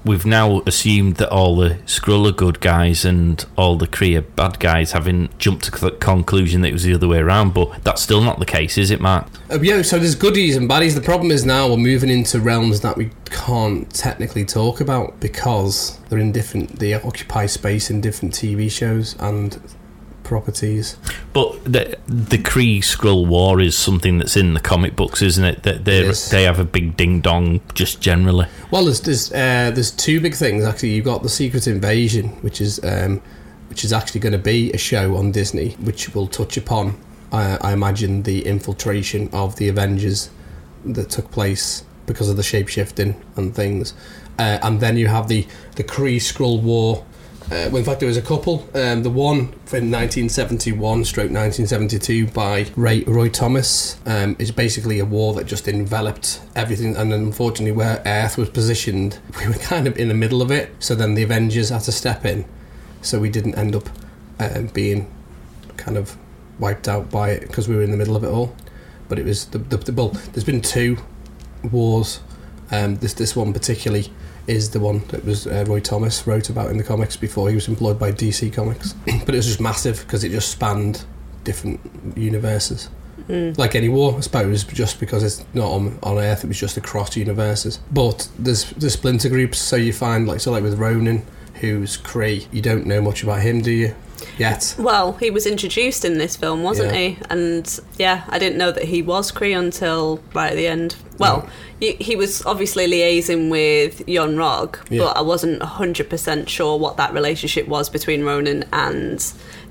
C: we've now assumed that all the Skrull are good guys and all the Kree are bad guys, having jumped to the conclusion that it was the other way around. But that's still not the case, is it, Mark?
B: Uh, yeah, so there's goodies and baddies. The problem is now we're moving into realms that we can't technically talk about because they're in different. They occupy space in different TV shows and properties.
C: But the the Kree Skrull War is something that's in the comic books, isn't it? That they
B: Yes.
C: they have a big ding dong just generally.
B: Well, there's there's, uh, there's two big things actually. You've got the Secret Invasion, which is um, which is actually going to be a show on Disney, which will touch upon, uh, I imagine, the infiltration of the Avengers that took place because of the shapeshifting and things. Uh, and then you have the the Kree Skrull War. Uh, well, in fact, there was a couple. Um, the one in 1971 stroke 1972 by Ray Roy Thomas um, is basically a war that just enveloped everything. And unfortunately, where Earth was positioned, we were kind of in the middle of it. So then the Avengers had to step in. So we didn't end up um, being kind of wiped out by it because we were in the middle of it all. But it was the, the, the well, there's been two wars. Um, this this one particularly is the one that was uh, Roy Thomas wrote about in the comics before he was employed by DC Comics. but it was just massive because it just spanned different universes. Like any war, I suppose, but just because it's not on, on Earth, it was just across universes. But there's the splinter groups, so you find like so like with Ronan, who's Kree. You don't know much about him, do you? Yet.
D: Well, he was introduced in this film, wasn't
B: Yeah.
D: he? And yeah, I didn't know that he was Kree until right at the end. Well, y he was obviously liaising with Yon Rog,
B: Yeah.
D: but I wasn't 100% sure what that relationship was between Ronan and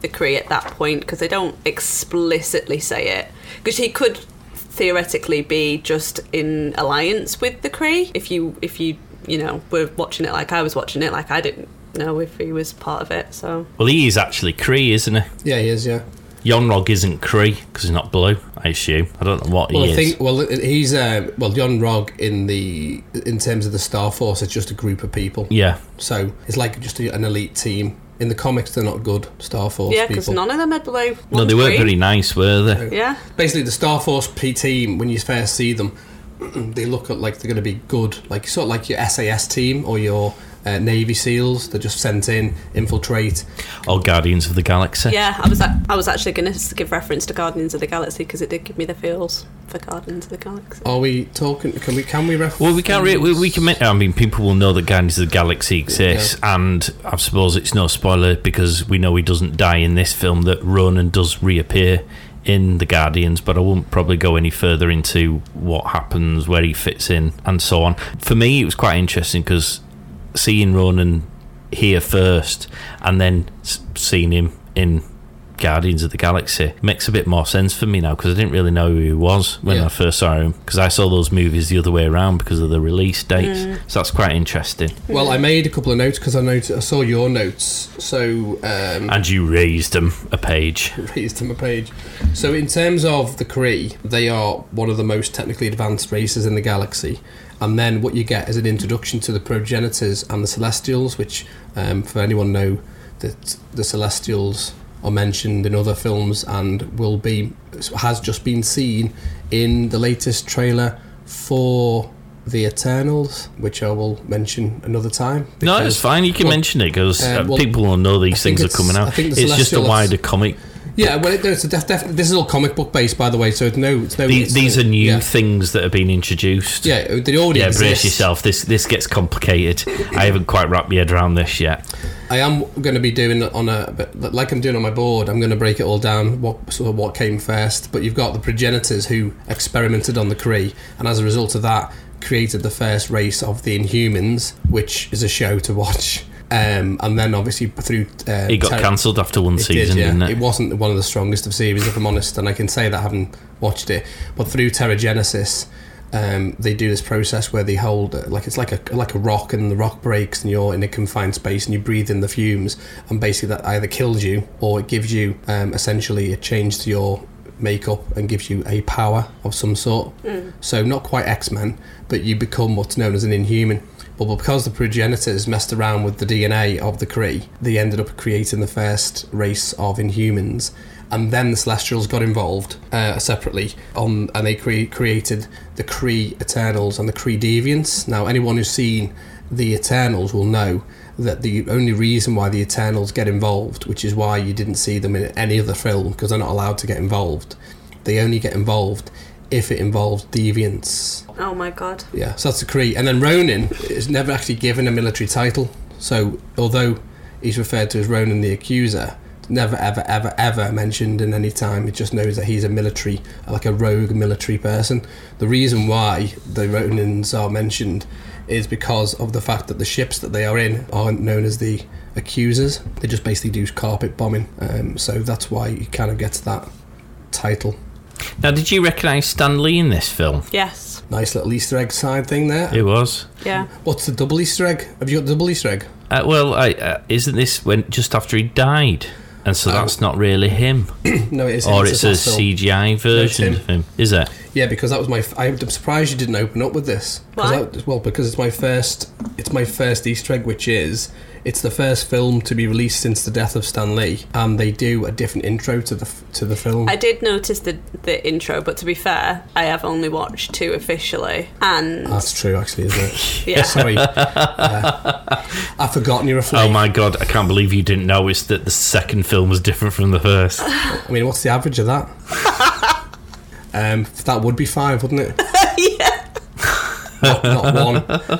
D: the Kree at that point because they don't explicitly say it. Because he could theoretically be just in alliance with the Kree if you if you you know were watching it like I was watching it like I didn't know if he was part of it. So
C: Well, he is actually Kree, isn't he?
B: Yeah, he is. Yeah.
C: Yonrog isn't Kree because he's not blue. I assume. I don't know what
B: Well,
C: he
B: I
C: is.
B: think well he's uh, well John Rog in the in terms of the Star Force, it's just a group of people.
C: yeah,
B: So it's like just a, an elite team. In the comics, they're not good Star Force
D: Yeah, because
B: people.
D: none of them had blue.
C: no, they weren't very nice, were they?
D: Yeah,
B: Basically, the Star Force P team, when you first see them, they look at like they're going to be good, like sort of like your SAS team or your uh, Navy SEALs. They're just sent in, infiltrate.
C: Or Guardians of the Galaxy.
D: yeah. I was a- I was actually going to give reference to Guardians of the Galaxy because it did give me the feels for Guardians of the Galaxy.
B: Are we talking? Can we can we reference?
C: Well, we can't. Re- we, we can. Make, I mean, people will know that Guardians of the Galaxy exists, and I suppose it's no spoiler because we know he doesn't die in this film. That Ronan does reappear in the Guardians, but I won't probably go any further into what happens, where he fits in, and so on. For me, it was quite interesting because seeing Ronan here first, and then s- seeing him in. Guardians of the Galaxy makes a bit more sense for me now because I didn't really know who he was when
B: Yeah.
C: I first saw him because I saw those movies the other way around because of the release dates. So that's quite interesting.
B: Well, I made a couple of notes because I noticed, I saw your notes. So um,
C: And you raised them a page.
B: raised them a page. So, in terms of the Kree, they are one of the most technically advanced races in the galaxy. And then what you get is an introduction to the progenitors and the Celestials, which, um, for anyone know, that the Celestials are mentioned in other films and will be has just been seen in the latest trailer for the Eternals, which I will mention another time.
C: No, it's
B: because-
C: fine. You can
B: well,
C: mention it because
B: uh, well,
C: people will know
B: I
C: these
B: think
C: things are
B: it's-
C: coming
B: I
C: out.
B: think
C: It's
B: the
C: just a
B: Celestial-
C: wider comic.
B: Yeah, well, it, it's a def- def- this is all comic book based, by the way. So it's no, it's no.
C: These,
B: it's
C: these
B: no-
C: are new
B: yeah.
C: things that have been introduced.
B: Yeah, they already
C: Yeah,
B: exist.
C: brace yourself. This this gets complicated. I haven't quite wrapped my head around this yet.
B: I am going to be doing it on a but like I'm doing on my board. I'm going to break it all down. What sort of what came first? But you've got the progenitors who experimented on the Kree, and as a result of that, created the first race of the Inhumans, which is a show to watch. Um, and then obviously through uh,
C: It got
B: Terra-
C: cancelled after one
B: It did,
C: season,
B: yeah.
C: did, not it?
B: It wasn't one of the strongest of series, if I'm honest, and I can say that having watched it. But through Terra Genesis, um, they do this process where they hold uh, like it's like a like a rock, and the rock breaks, and you're in a confined space, and you breathe in the fumes, and basically that either kills you or it gives you um, essentially a change to your makeup and gives you a power of some sort. So not quite X Men, but you become what's known as an Inhuman. But because the progenitors messed around with the DNA of the Kree, they ended up creating the first race of Inhumans. And then the Celestials got involved uh, separately, on, and they cre- created the Kree Eternals and the Kree Deviants. Now, anyone who's seen the Eternals will know that the only reason why the Eternals get involved, which is why you didn't see them in any other film because they're not allowed to get involved, they only get involved if it involves deviants.
D: Oh my god.
B: Yeah, so that's the Kree. And then Ronin is never actually given a military title. So although he's referred to as Ronin the Accuser, it's never ever ever ever mentioned in any time. It just knows that he's a military, like a rogue military person. The reason why the Ronins are mentioned is because of the fact that the ships that they are in aren't known as the Accusers. They just basically do carpet bombing. Um, so that's why he kind of gets that title.
C: Now, did you recognise Stan Lee in this film?
D: Yes.
B: Nice little Easter egg side thing there.
C: It was.
D: Yeah.
B: What's the double Easter egg? Have you got the double Easter egg?
C: Uh, well, I, uh, isn't this when just after he died? And
B: Oh.
C: so that's not really him,
B: No, it is.
C: or
B: his
C: it's a
B: last film.
C: CGI version
B: him.
C: of him, is it?
B: Yeah, because that was my. F- I'm surprised you didn't open up with this. 'Cause
D: Why?
B: that- well, because it's my first. It's my first Easter egg, which is it's the first film to be released since the death of Stan Lee, and they do a different intro to the f- to the film.
D: I did notice the the intro, but to be fair, I have only watched two officially, and
B: That's true, actually, isn't it?
D: yeah,
B: Sorry, uh, I've forgotten you're a flea.
C: Oh my god, I can't believe you didn't notice that the second film was different from the first.
B: I mean, what's the average of that? um, that would be five, wouldn't it? yeah. Not, not one.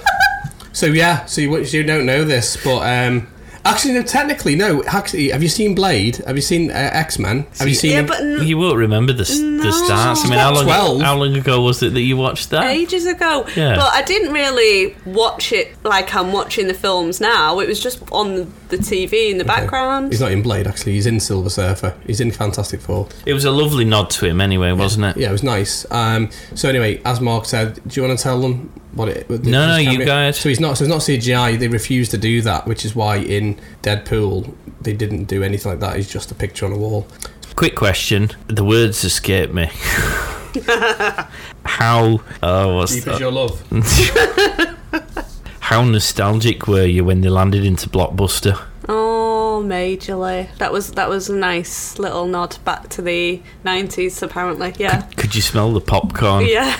B: so yeah, so you, you don't know this, but um, actually, no. Technically, no. Actually, have you seen Blade? Have you seen uh, X Men? Have you seen?
D: yeah,
B: him-
D: but n-
C: You won't remember the, s the starts. I mean, how long,
B: 12.
C: how long ago was it that you watched that?
D: ages ago.
C: Yeah.
D: But I didn't really watch it like I'm watching the films now. It was just on the TV in the background.
B: He's not in Blade. Actually, he's in Silver Surfer. He's in Fantastic Four.
C: It was a lovely nod to him, anyway, wasn't it?
B: Yeah, it was nice. Um, so anyway, as Mark said, do you want to tell them what it? what the-
C: No, no,
B: his
C: you
B: cameo-
C: go ahead.
B: So he's not. So it's not CGI. They refuse to do that, which is why in Deadpool they didn't do anything like that. He's just a picture on a wall.
C: Quick question. The words escape me. how? Oh, what's
B: Deep
C: that?
B: as your love.
C: How nostalgic were you when they landed into Blockbuster?
D: Oh, majorly. That was that was a nice little nod back to the nineties, apparently. Yeah,
C: Could you smell the popcorn?
D: yeah,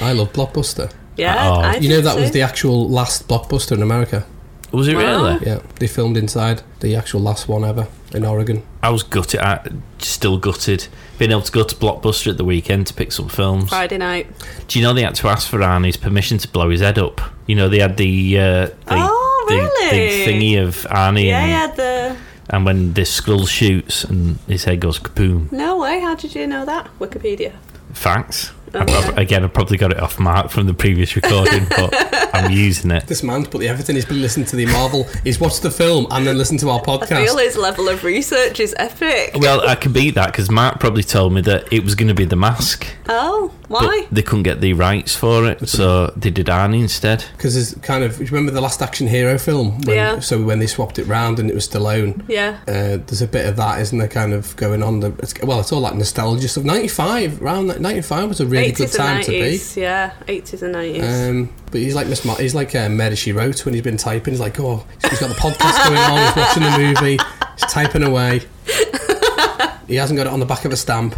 B: I love Blockbuster.
D: yeah.
C: Oh.
D: I
B: You know
D: think
B: that was
D: so.
B: the actual last Blockbuster in America.
C: Was it really?
B: Yeah, they filmed inside the actual last one ever in Oregon.
C: I was gutted. I, still gutted. Being able to go to Blockbuster at the weekend to pick some films.
D: Friday night.
C: Do you know they had to ask for Arnie's permission to blow his head up? You know they had the uh, the,
D: Oh,
C: the-
D: really?
C: the thingy of Arnie,
D: Yeah,
C: and,
D: yeah. The
C: and when this skull shoots and his head goes kaboom.
D: no way. How did you know that? Wikipedia.
C: Facts. I prob- again, I probably got it off Mark from the previous recording, but I'm using it.
B: This man's put the effort in. He's been listening to the Marvel. He's watched the film and then listened to our
D: I feel
B: podcast.
D: his level of research is epic.
B: Oh.
C: Well, I can beat that because Mark probably told me that it was going to be the mask,
D: Oh, why?
C: but they couldn't get the rights for it, so they did Arnie instead.
B: Because it's kind of. You remember the last action hero film? When,
D: Yeah.
B: So when they swapped it round and it was Stallone.
D: yeah.
B: Uh, there's a bit of that, isn't there? Kind of going on. The, it's, well, it's all like nostalgia stuff. '95, round that '95 was a really good
D: 80s
B: time
D: and
B: to be.
D: 90s, yeah, 80s and 90s.
B: Um, but he's like Miss. Mar- he's like uh, Mary She Wrote when he's been typing. He's like, oh, he's got the podcast going on. He's watching the movie. He's typing away. He hasn't got it on the back of a stamp.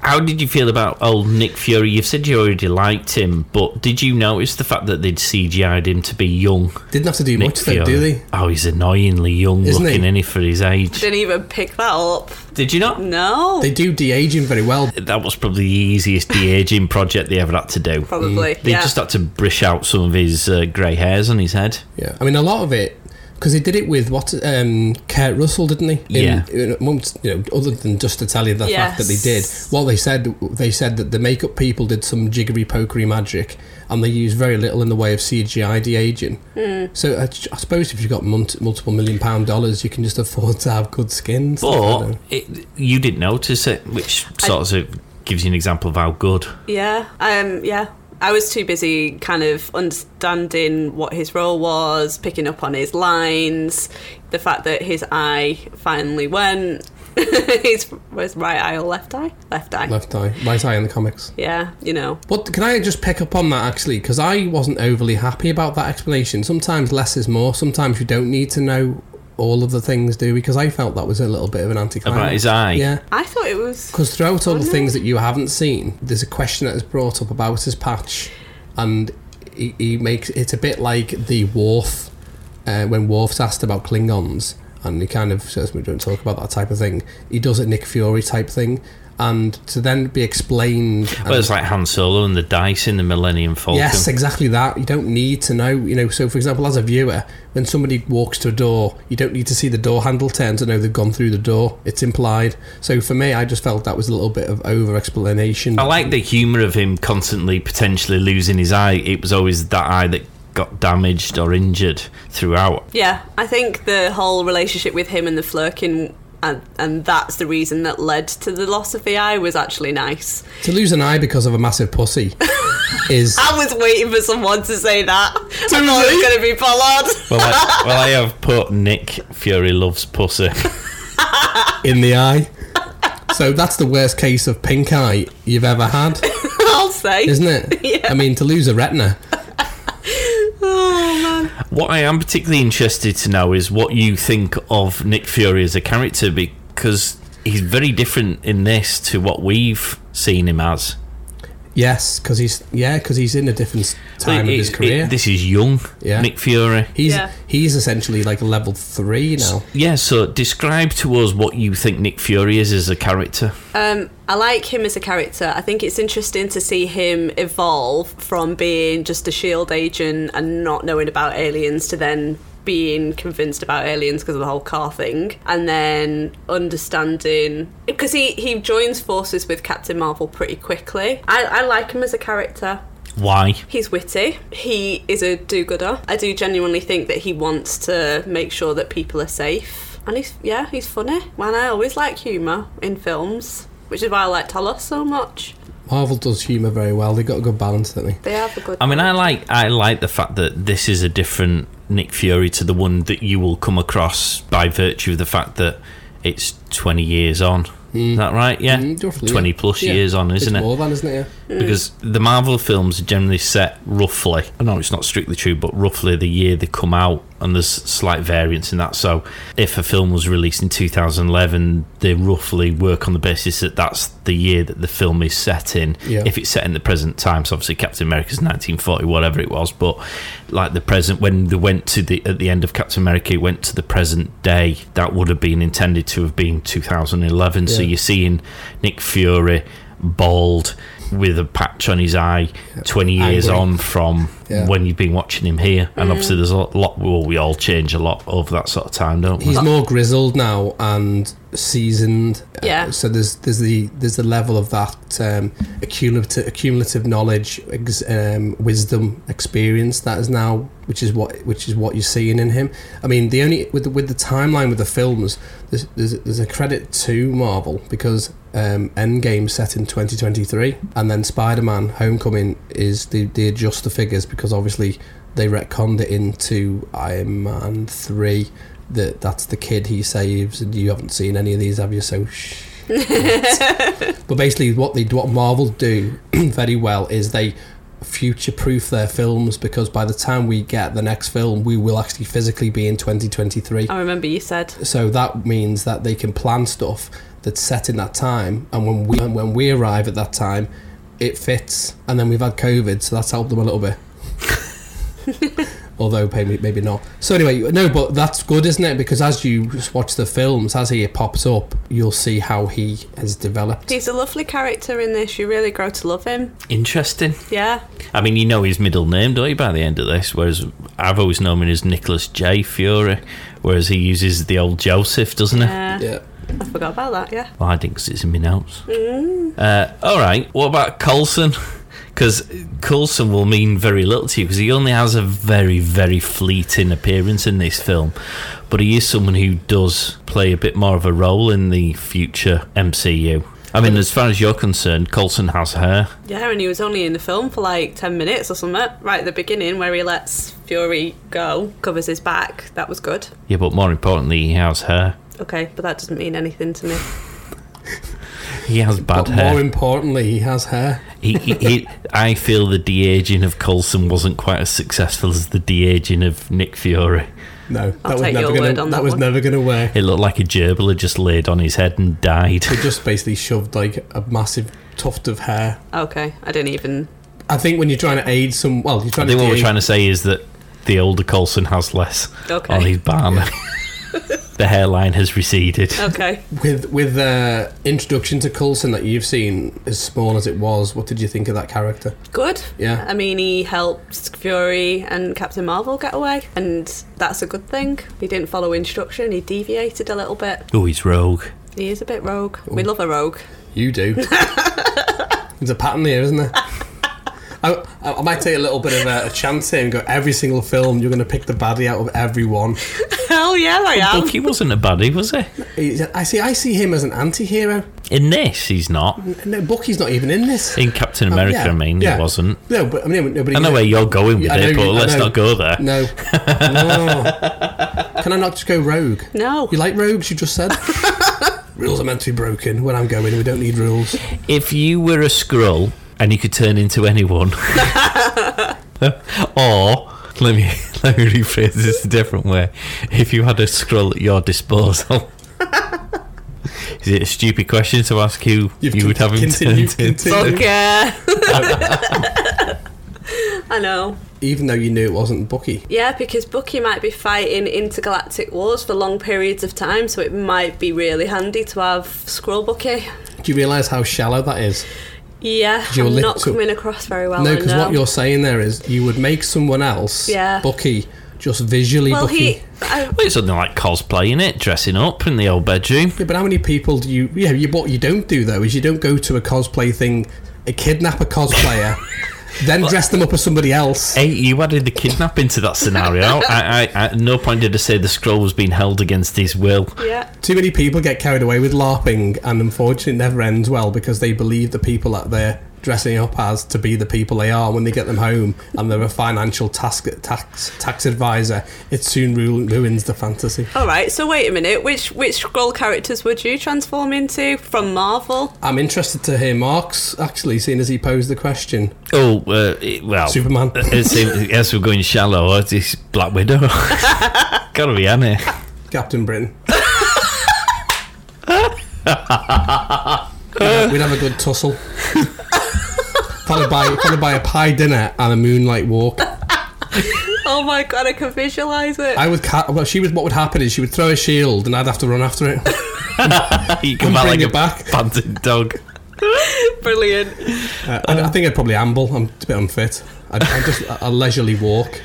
C: How did you feel about old Nick Fury? You've said you already liked him, but did you notice the fact that they'd CGI'd him to be young?
B: Didn't have to do
C: Nick
B: much though, do they?
C: Oh, he's annoyingly young
B: Isn't
C: looking,
B: he?
C: in for his age.
D: Didn't even pick that up.
C: Did you not?
D: No,
B: They do de-aging very well.
C: That was probably the easiest de aging project they ever had to do.
D: probably.
C: They
D: yeah.
C: just had to brush out some of his uh, grey hairs on his head.
B: Yeah, I mean a lot of it because he did it with what um, Kurt Russell, didn't he?
C: Yeah.
B: in- amongst- you know, other than just to tell you the fact that they did
D: Yes.
B: what they said, they said that the makeup people did some jiggery pokery magic, and they used very little in the way of CGI de aging.
C: Hmm.
B: So I, I suppose if you've got mun- multiple million pound dollars, you can just afford to have good skins.
C: But it, you didn't notice it, which sort of gives you an example of how good.
D: yeah, um, yeah. I was too busy kind of understanding what his role was, picking up on his lines, the fact that his eye finally went. it's, it's right eye or left eye? Left eye.
B: Left eye, right eye in the comics.
D: Yeah, you know.
B: What can I just pick up on that actually? Because I wasn't overly happy about that explanation. Sometimes less is more. Sometimes you don't need to know all of the things, do? Because I felt that was a little bit of an anticlimax.
C: About his eye?
B: Yeah.
D: I thought it was.
B: Because throughout all the things that you haven't seen, there's a question that is brought up about his patch, and he, he makes it's a bit like the Worf uh, when Worf's asked about Klingons, and he kind of says we don't talk about that type of thing. He does a Nick Fury type thing, and to then be explained. and-
C: Well, it's like Han Solo and the dice in the Millennium Falcon.
B: Yes, exactly that. You don't need to know, you know. So, for example, as a viewer, when somebody walks to a door, you don't need to see the door handle turn to know they've gone through the door. It's implied. So, for me, I just felt that was a little bit of over explanation.
D: Oh.
C: I like the humour of him constantly potentially losing his eye. It was always that eye that got damaged or injured throughout.
D: Yeah, I think the whole relationship with him and the flirking. And, and that's the reason that led to the loss of the eye was actually nice.
B: To lose an eye because of a massive pussy is.
D: I was waiting for someone to say that. I thought it
B: Susie?
D: was going to be Pollard.
C: Well, I, well, I have put Nick Fury loves pussy.
B: in the eye. So that's the worst case of pink eye you've ever had,
D: I'll say.
B: isn't it?
D: Yeah.
B: I mean, to lose a retina.
C: What I am particularly interested to know is what you think of Nick Fury as a character because he's very different in this to what we've seen him as.
B: Yes, because he's yeah, 'cause he's in a different time
C: It-
B: of his
C: it-
B: career.
C: this is young
B: Yeah.
C: Nick Fury.
B: he's
D: Yeah.
B: he's essentially like level three now.
C: Yeah, so describe to us what you think Nick Fury is as a character.
D: Um, I like him as a character. I think it's interesting to see him evolve from being just a shield E agent and not knowing about aliens to then being convinced about aliens because of the whole car thing and then understanding because he, he joins forces with Captain Marvel pretty quickly. I, I like him as a character.
C: Why?
D: He's witty. He is a do gooder. I do genuinely think that he wants to make sure that people are safe. And he's, yeah, he's funny. Man, I always like humour in films, which is why I like Talos so much.
B: Marvel does humour very well. They got a good balance, don't they?
D: They have a good.
C: I mean, I like I like the fact that this is a different Nick Fury to the one that you will come across by virtue of the fact that it's twenty years on. Is that right? Yeah,
B: Mm, roughly,
C: twenty
B: yeah.
C: plus
B: Yeah.
C: years on, isn't
B: it's
C: it?
B: More than, isn't it? Yeah.
C: Because the Marvel films are generally set roughly. I know it's not strictly true, but roughly the year they come out, and there's slight variance in that. So, if a film was released in 2011, they roughly work on the basis that that's the year that the film is set in.
B: Yeah.
C: If it's set in the present time, so obviously Captain America's 1940, whatever it was, but like the present when they went to the at the end of Captain America, it went to the present day. That would have been intended to have been 2011. So
B: Yeah.
C: you're seeing Nick Fury bald with a patch on his eye 20 years
B: Angry.
C: on from
B: Yeah.
C: when you've been watching him here and obviously there's a lot, lot well, we all change a lot over that sort of time don't we
B: He's more grizzled now and seasoned. Uh,
D: Yeah.
B: so there's there's the there's the level of that um, accumulative accumulative knowledge, ex, um, wisdom, experience that is now which is what which is what you're seeing in him. I mean, the only with the, with the timeline with the films, there's, there's there's a credit to Marvel because um, Endgame set in 2023, and then Spider-Man: Homecoming is they, they adjust the figures because obviously they retconned it into Iron Man three. That that's the kid he saves, and you haven't seen any of these, have you? So shh. But basically, what they what Marvel do very well is they future-proof their films because by the time we get the next film, we will actually physically be in 2023.
D: I remember you said.
B: So that means that they can plan stuff that's set in that time, and when we and when we arrive at that time, it fits. And then we've had COVID, so that's helped them a little bit. Although maybe maybe not. So anyway, no, but that's good, isn't it? Because as you just watch the films, as he pops up, you'll see how he has developed.
D: He's a lovely character in this. You really grow to love him.
C: interesting
D: Yeah.
C: i mean you know his middle name don't you by the end of this whereas i've always known him as nicholas j fury whereas he uses the old joseph doesn't he
D: Yeah.
B: Yeah.
D: I forgot about that, yeah.
C: Well, I think 'cause it's in my notes. Uh, all right. What about Coulson? Because Coulson will mean very little to you because he only has a very, very fleeting appearance in this film. But he is someone who does play a bit more of a role in the future MCU. I mean, as far as you're concerned, Coulson has hair.
D: Yeah, and he was only in the film for like 10 minutes or something, right at the beginning where he lets Fury go, covers his back. That was good.
C: Yeah, but more importantly, he has hair.
D: Okay, but that doesn't mean anything to me.
C: He has bad
B: but
C: hair.
B: more importantly, he has hair.
C: he, he, he, I feel the de aging of Coulson wasn't quite as successful as the de aging of Nick Fury.
B: No,
D: I'll
B: that was
D: take
B: never
D: your
B: gonna.
D: word on that
B: was
D: one.
B: never gonna work.
C: It looked like a gerbil had just laid on his head and died.
B: They just basically shoved like a massive tuft of hair.
D: Okay, I didn't even.
B: I think when you're trying to aid some, well, you're
C: I
B: trying
C: think
B: to.
C: what we're
B: de-
C: trying to say is that the older Coulson has less
D: Okay.
C: on his barm. the hairline has receded.
D: Okay.
B: with with the introduction to Coulson that you've seen, as small as it was, what did you think of that character?
D: Good.
B: Yeah.
D: I mean, he helped Fury and Captain Marvel get away, and that's a good thing. He didn't follow instruction, he deviated a little bit.
C: Oh, he's rogue.
D: He is a bit rogue. We love a rogue.
B: You do. There's a pattern here, isn't there? I, I I might take a little bit of a, a chance here and go. Every single film, you're going to pick the baddie out of everyone.
D: Hell yeah, I am.
C: Bucky wasn't a baddie, was he?
B: He's- I see. I see him as an anti-hero.
C: In this, he's not.
B: No, Bucky's not even in this.
C: In Captain America,
B: Um, yeah,
C: I mean,
B: yeah.
C: he wasn't.
B: No, but I mean, nobody.
C: I know where you're going with
B: I know
C: it, but
B: you- I
C: let's
B: know.
C: not go there.
B: No, no. Can I not just go rogue?
D: No.
B: You like rogues? You just said. rules are meant to be broken. Where I'm going, we don't need rules.
C: If you were a scroll and you could turn into anyone, or let me let me rephrase this a different way: if you had a scroll at your disposal, is it a stupid question to ask who you
B: You've con-
C: would have him
B: continue-
C: turned into?
B: continue.
D: Fuck yeah. I know.
B: Even though you knew it wasn't Bucky.
D: Yeah, because Bucky might be fighting intergalactic wars for long periods of time, so it might be really handy to have Scroll Bucky.
B: Do you realise how shallow that is?
D: Yeah,
B: You're
D: I'm
B: lit-
D: not
B: so-
D: coming across very well.
B: no,
D: Oh, I
B: because
D: know.
B: what you're saying there is you would make someone else
D: Yeah.
B: Bucky just visually
D: Well,
B: Bucky.
D: he. I,
C: Well, it's something like cosplaying it, dressing up in the old bedroom.
B: Yeah, but how many people do you? Yeah, you, what you don't do though is you don't go to a cosplay thing, uh, kidnap a cosplayer, then dress them up as somebody else.
C: Hey, you added the kidnapping to that scenario. I, I, at no point did I say the scroll was being held against his will.
D: yeah.
B: Too many people get carried away with LARPing, and unfortunately, it never ends well because they believe the people that they're dressing up as to be the people they are. When they get them home and they're a financial task, tax tax advisor, it soon ru- ruins the fantasy.
D: All right. So wait a minute. Which which scroll characters would you transform into from Marvel?
B: I'm interested to hear Mark's actually, seeing as he posed the question.
C: Oh, uh, it- well.
B: Superman.
C: It seems, as we're going shallow, it's Black Widow. Gotta be, ain't it?
B: Captain Britain. We'd have- We'd have a good tussle. followed by followed by a pie dinner and a moonlight walk.
D: Oh my god, I can visualize
C: Ah,
D: it.
B: I would ca- well, she was what would happen is she would throw a shield and I'd have to run after it.
C: You come out
B: bring
C: like
B: it
C: a
B: back.
C: panted dog.
D: Brilliant.
B: Uh, I, I think I'd probably amble. I'm a bit unfit. I'd, I'd just a leisurely walk.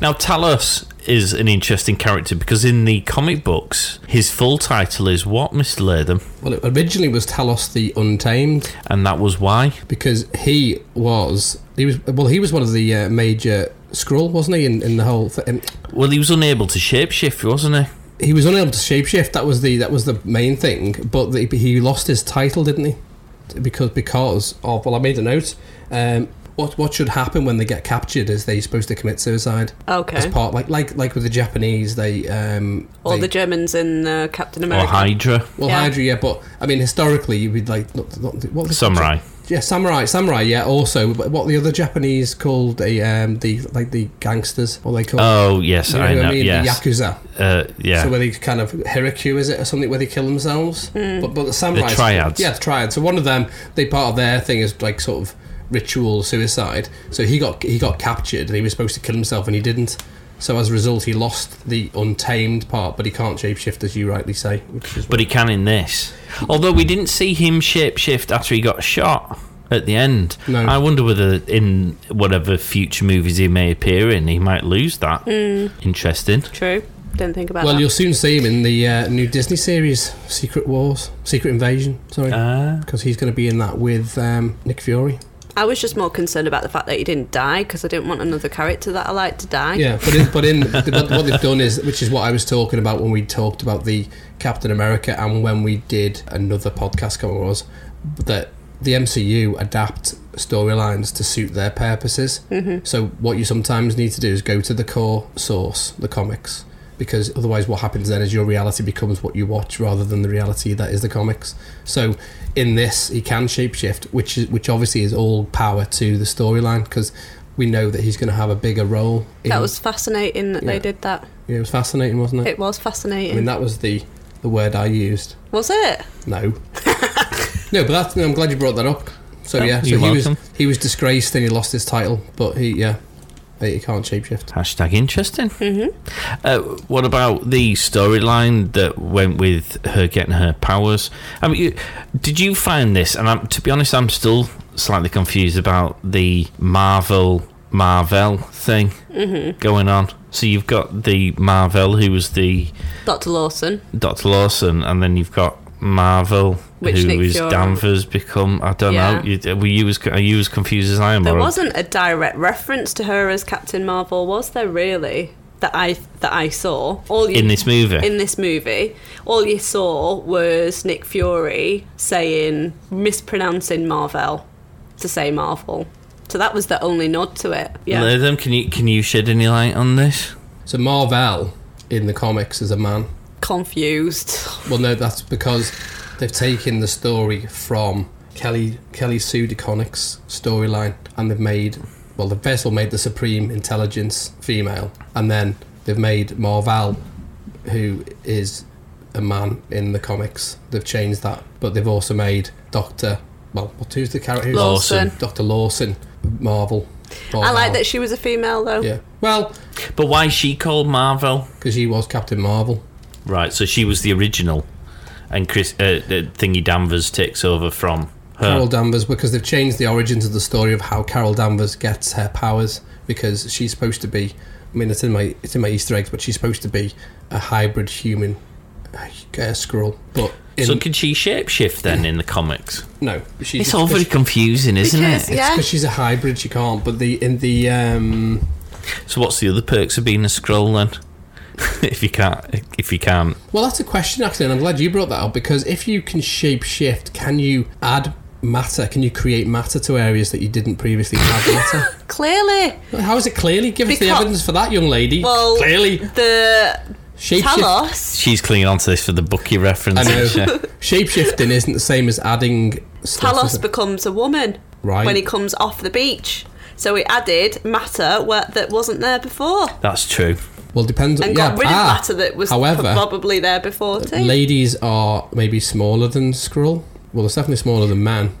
C: Now, Talos is an interesting character because in the comic books, his full title is what, Mr. Latham?
B: Well, it originally was Talos the Untamed
C: And that was why.
B: because he was he was well he was one of the uh, major Skrull, wasn't he? In, in the whole thing,
C: Well, he was unable to shapeshift, wasn't he?
B: he was unable to shapeshift. That was the that was the main thing. But the, he lost his title, didn't he? Because because of well, I made a note. Um, what what should happen when they get captured is they supposed to commit suicide as
D: Okay.
B: part like like like with the Japanese they um
D: Or
B: they-
D: the Germans in uh, Captain America.
C: Or Hydra.
B: well
D: yeah.
B: Hydra yeah but I mean historically you would like not, not what was-
C: Samurai.
B: yeah samurai samurai yeah also but what the other Japanese called the um the like the gangsters what they call
C: Oh, yes,
B: you know
C: I
B: who
C: know.
B: I mean
C: Yes.
B: the yakuza
C: Uh, yeah.
B: So where they kind of Hiraku is it or something where they kill themselves? But but the samurai
C: The triads.
B: Yeah, the triads. So one of them, they part of their thing is like sort of ritual suicide. So he got he got captured and he was supposed to kill himself and he didn't. So as a result, he lost the untamed part, but he can't shapeshift as you rightly say. Which is
C: But he can in this. Although we didn't see him shapeshift after he got shot at the end.
B: No.
C: I wonder whether in whatever future movies he may appear in, he might lose that. Interesting.
D: True. Didn't think about
B: well,
D: that.
B: you'll soon see him in the uh, new Disney series, Secret Wars, Secret Invasion. Sorry,
C: Ah.
B: because he's going to be in that with um, Nick Fury.
D: I was just more concerned about the fact that he didn't die because I didn't want another character that I like to die.
B: Yeah, but in, but in but what they've done is, which is what I was talking about when we talked about the Captain America and when we did another podcast, come it was that the MCU adapt storylines to suit their purposes. Mm-hmm. So what you sometimes need to do is go to the core source, the comics, because otherwise what happens then is your reality becomes what you watch rather than the reality that is the comics so in this he can shapeshift which is which obviously is all power to the storyline because we know that he's going to have a bigger role in,
D: That was fascinating that
B: Yeah.
D: they did that.
B: yeah, it was fascinating wasn't it,
D: It was
B: i
D: fascinating.
B: mean that was the the word i used
D: was it?
B: no no but that's i'm glad you brought that up so
C: Oh,
B: yeah so
C: you're
B: he
C: welcome.
B: was he was disgraced and he lost his title but he yeah he can't shapeshift
C: Hashtag interesting. Uh, what about the storyline that went with her getting her powers? I mean, you, did you find this? And I'm, to be honest, I'm still slightly confused about the Marvel Marvel thing going on. So you've got the Marvel, who was the
D: Dr. Lawson.
C: Doctor Lawson, and then you've got Marvel,
D: Which
C: who
D: Nick
C: is
D: Fury-
C: Danvers become. I don't
D: Yeah.
C: know. You, were you as are you as confused as I am?
D: There
C: or-
D: wasn't a direct reference to her as Captain Marvel, was there really? That I that I saw. All you,
C: in this movie.
D: in this movie, all you saw was Nick Fury saying mispronouncing Marvel to say Marvel. So that was the only nod to it. Yeah.
C: Latham, can you can you shed any light on this?
B: so marvel in the comics is a man
D: Confused.
B: Well, no, that's because they've taken the story from Kelly Kelly Sue DeConnick's storyline, and they've made well, the vessel made the supreme intelligence female, and then they've made Marval, who is a man in the comics. They've changed that, but they've also made Doctor. Well, what- who's the character? who's-
D: Lawson.
B: Doctor Lawson. Marvel.
D: I like
B: Marvel.
D: that she was a female though.
B: Yeah. Well,
C: But why is she called Marvel?
B: because he was Captain Marvel.
C: Right, so she was the original, and Chris uh, uh, Thingy Danvers takes over from
B: Carol
C: her.
B: Danvers because they've changed the origins of the story of how Carol Danvers gets her powers because she's supposed to be. I mean, it's in my it's in my Easter eggs, but she's supposed to be a hybrid human, a squirrel. But in,
C: So can she shapeshift then in the comics?
B: no, she's
C: It's all very confusing, isn't
D: Because-
C: it?
D: Yeah.
B: because she's a hybrid. She can't. But the in the um,
C: So what's the other perks of being a scroll then? if you can't, if you can't,
B: well, that's a question actually, and I'm glad you brought that up because if you can shape shift, can you add matter? Can you create matter to areas that you didn't previously have matter?
D: Clearly.
B: How is it clearly? Give us the
D: Because-
B: evidence for that, young lady.
D: Well
B: clearly,
D: the
B: shape shift.
D: Talos
C: she's clinging on to this for the bookie reference.
B: I
C: isn't
B: know. Shapeshifting isn't the same as adding stuff. is
D: Talos
B: it?
D: becomes a woman
B: Right.
D: when he comes off the beach. So he added matter where, that wasn't there before
C: she? That's true.
B: well, depends.
D: and
B: yeah,
D: got rid of
B: ah,
D: matter that was
B: However,
D: probably there before too.
B: ladies are maybe smaller than Skrull. Well, it's definitely smaller than man.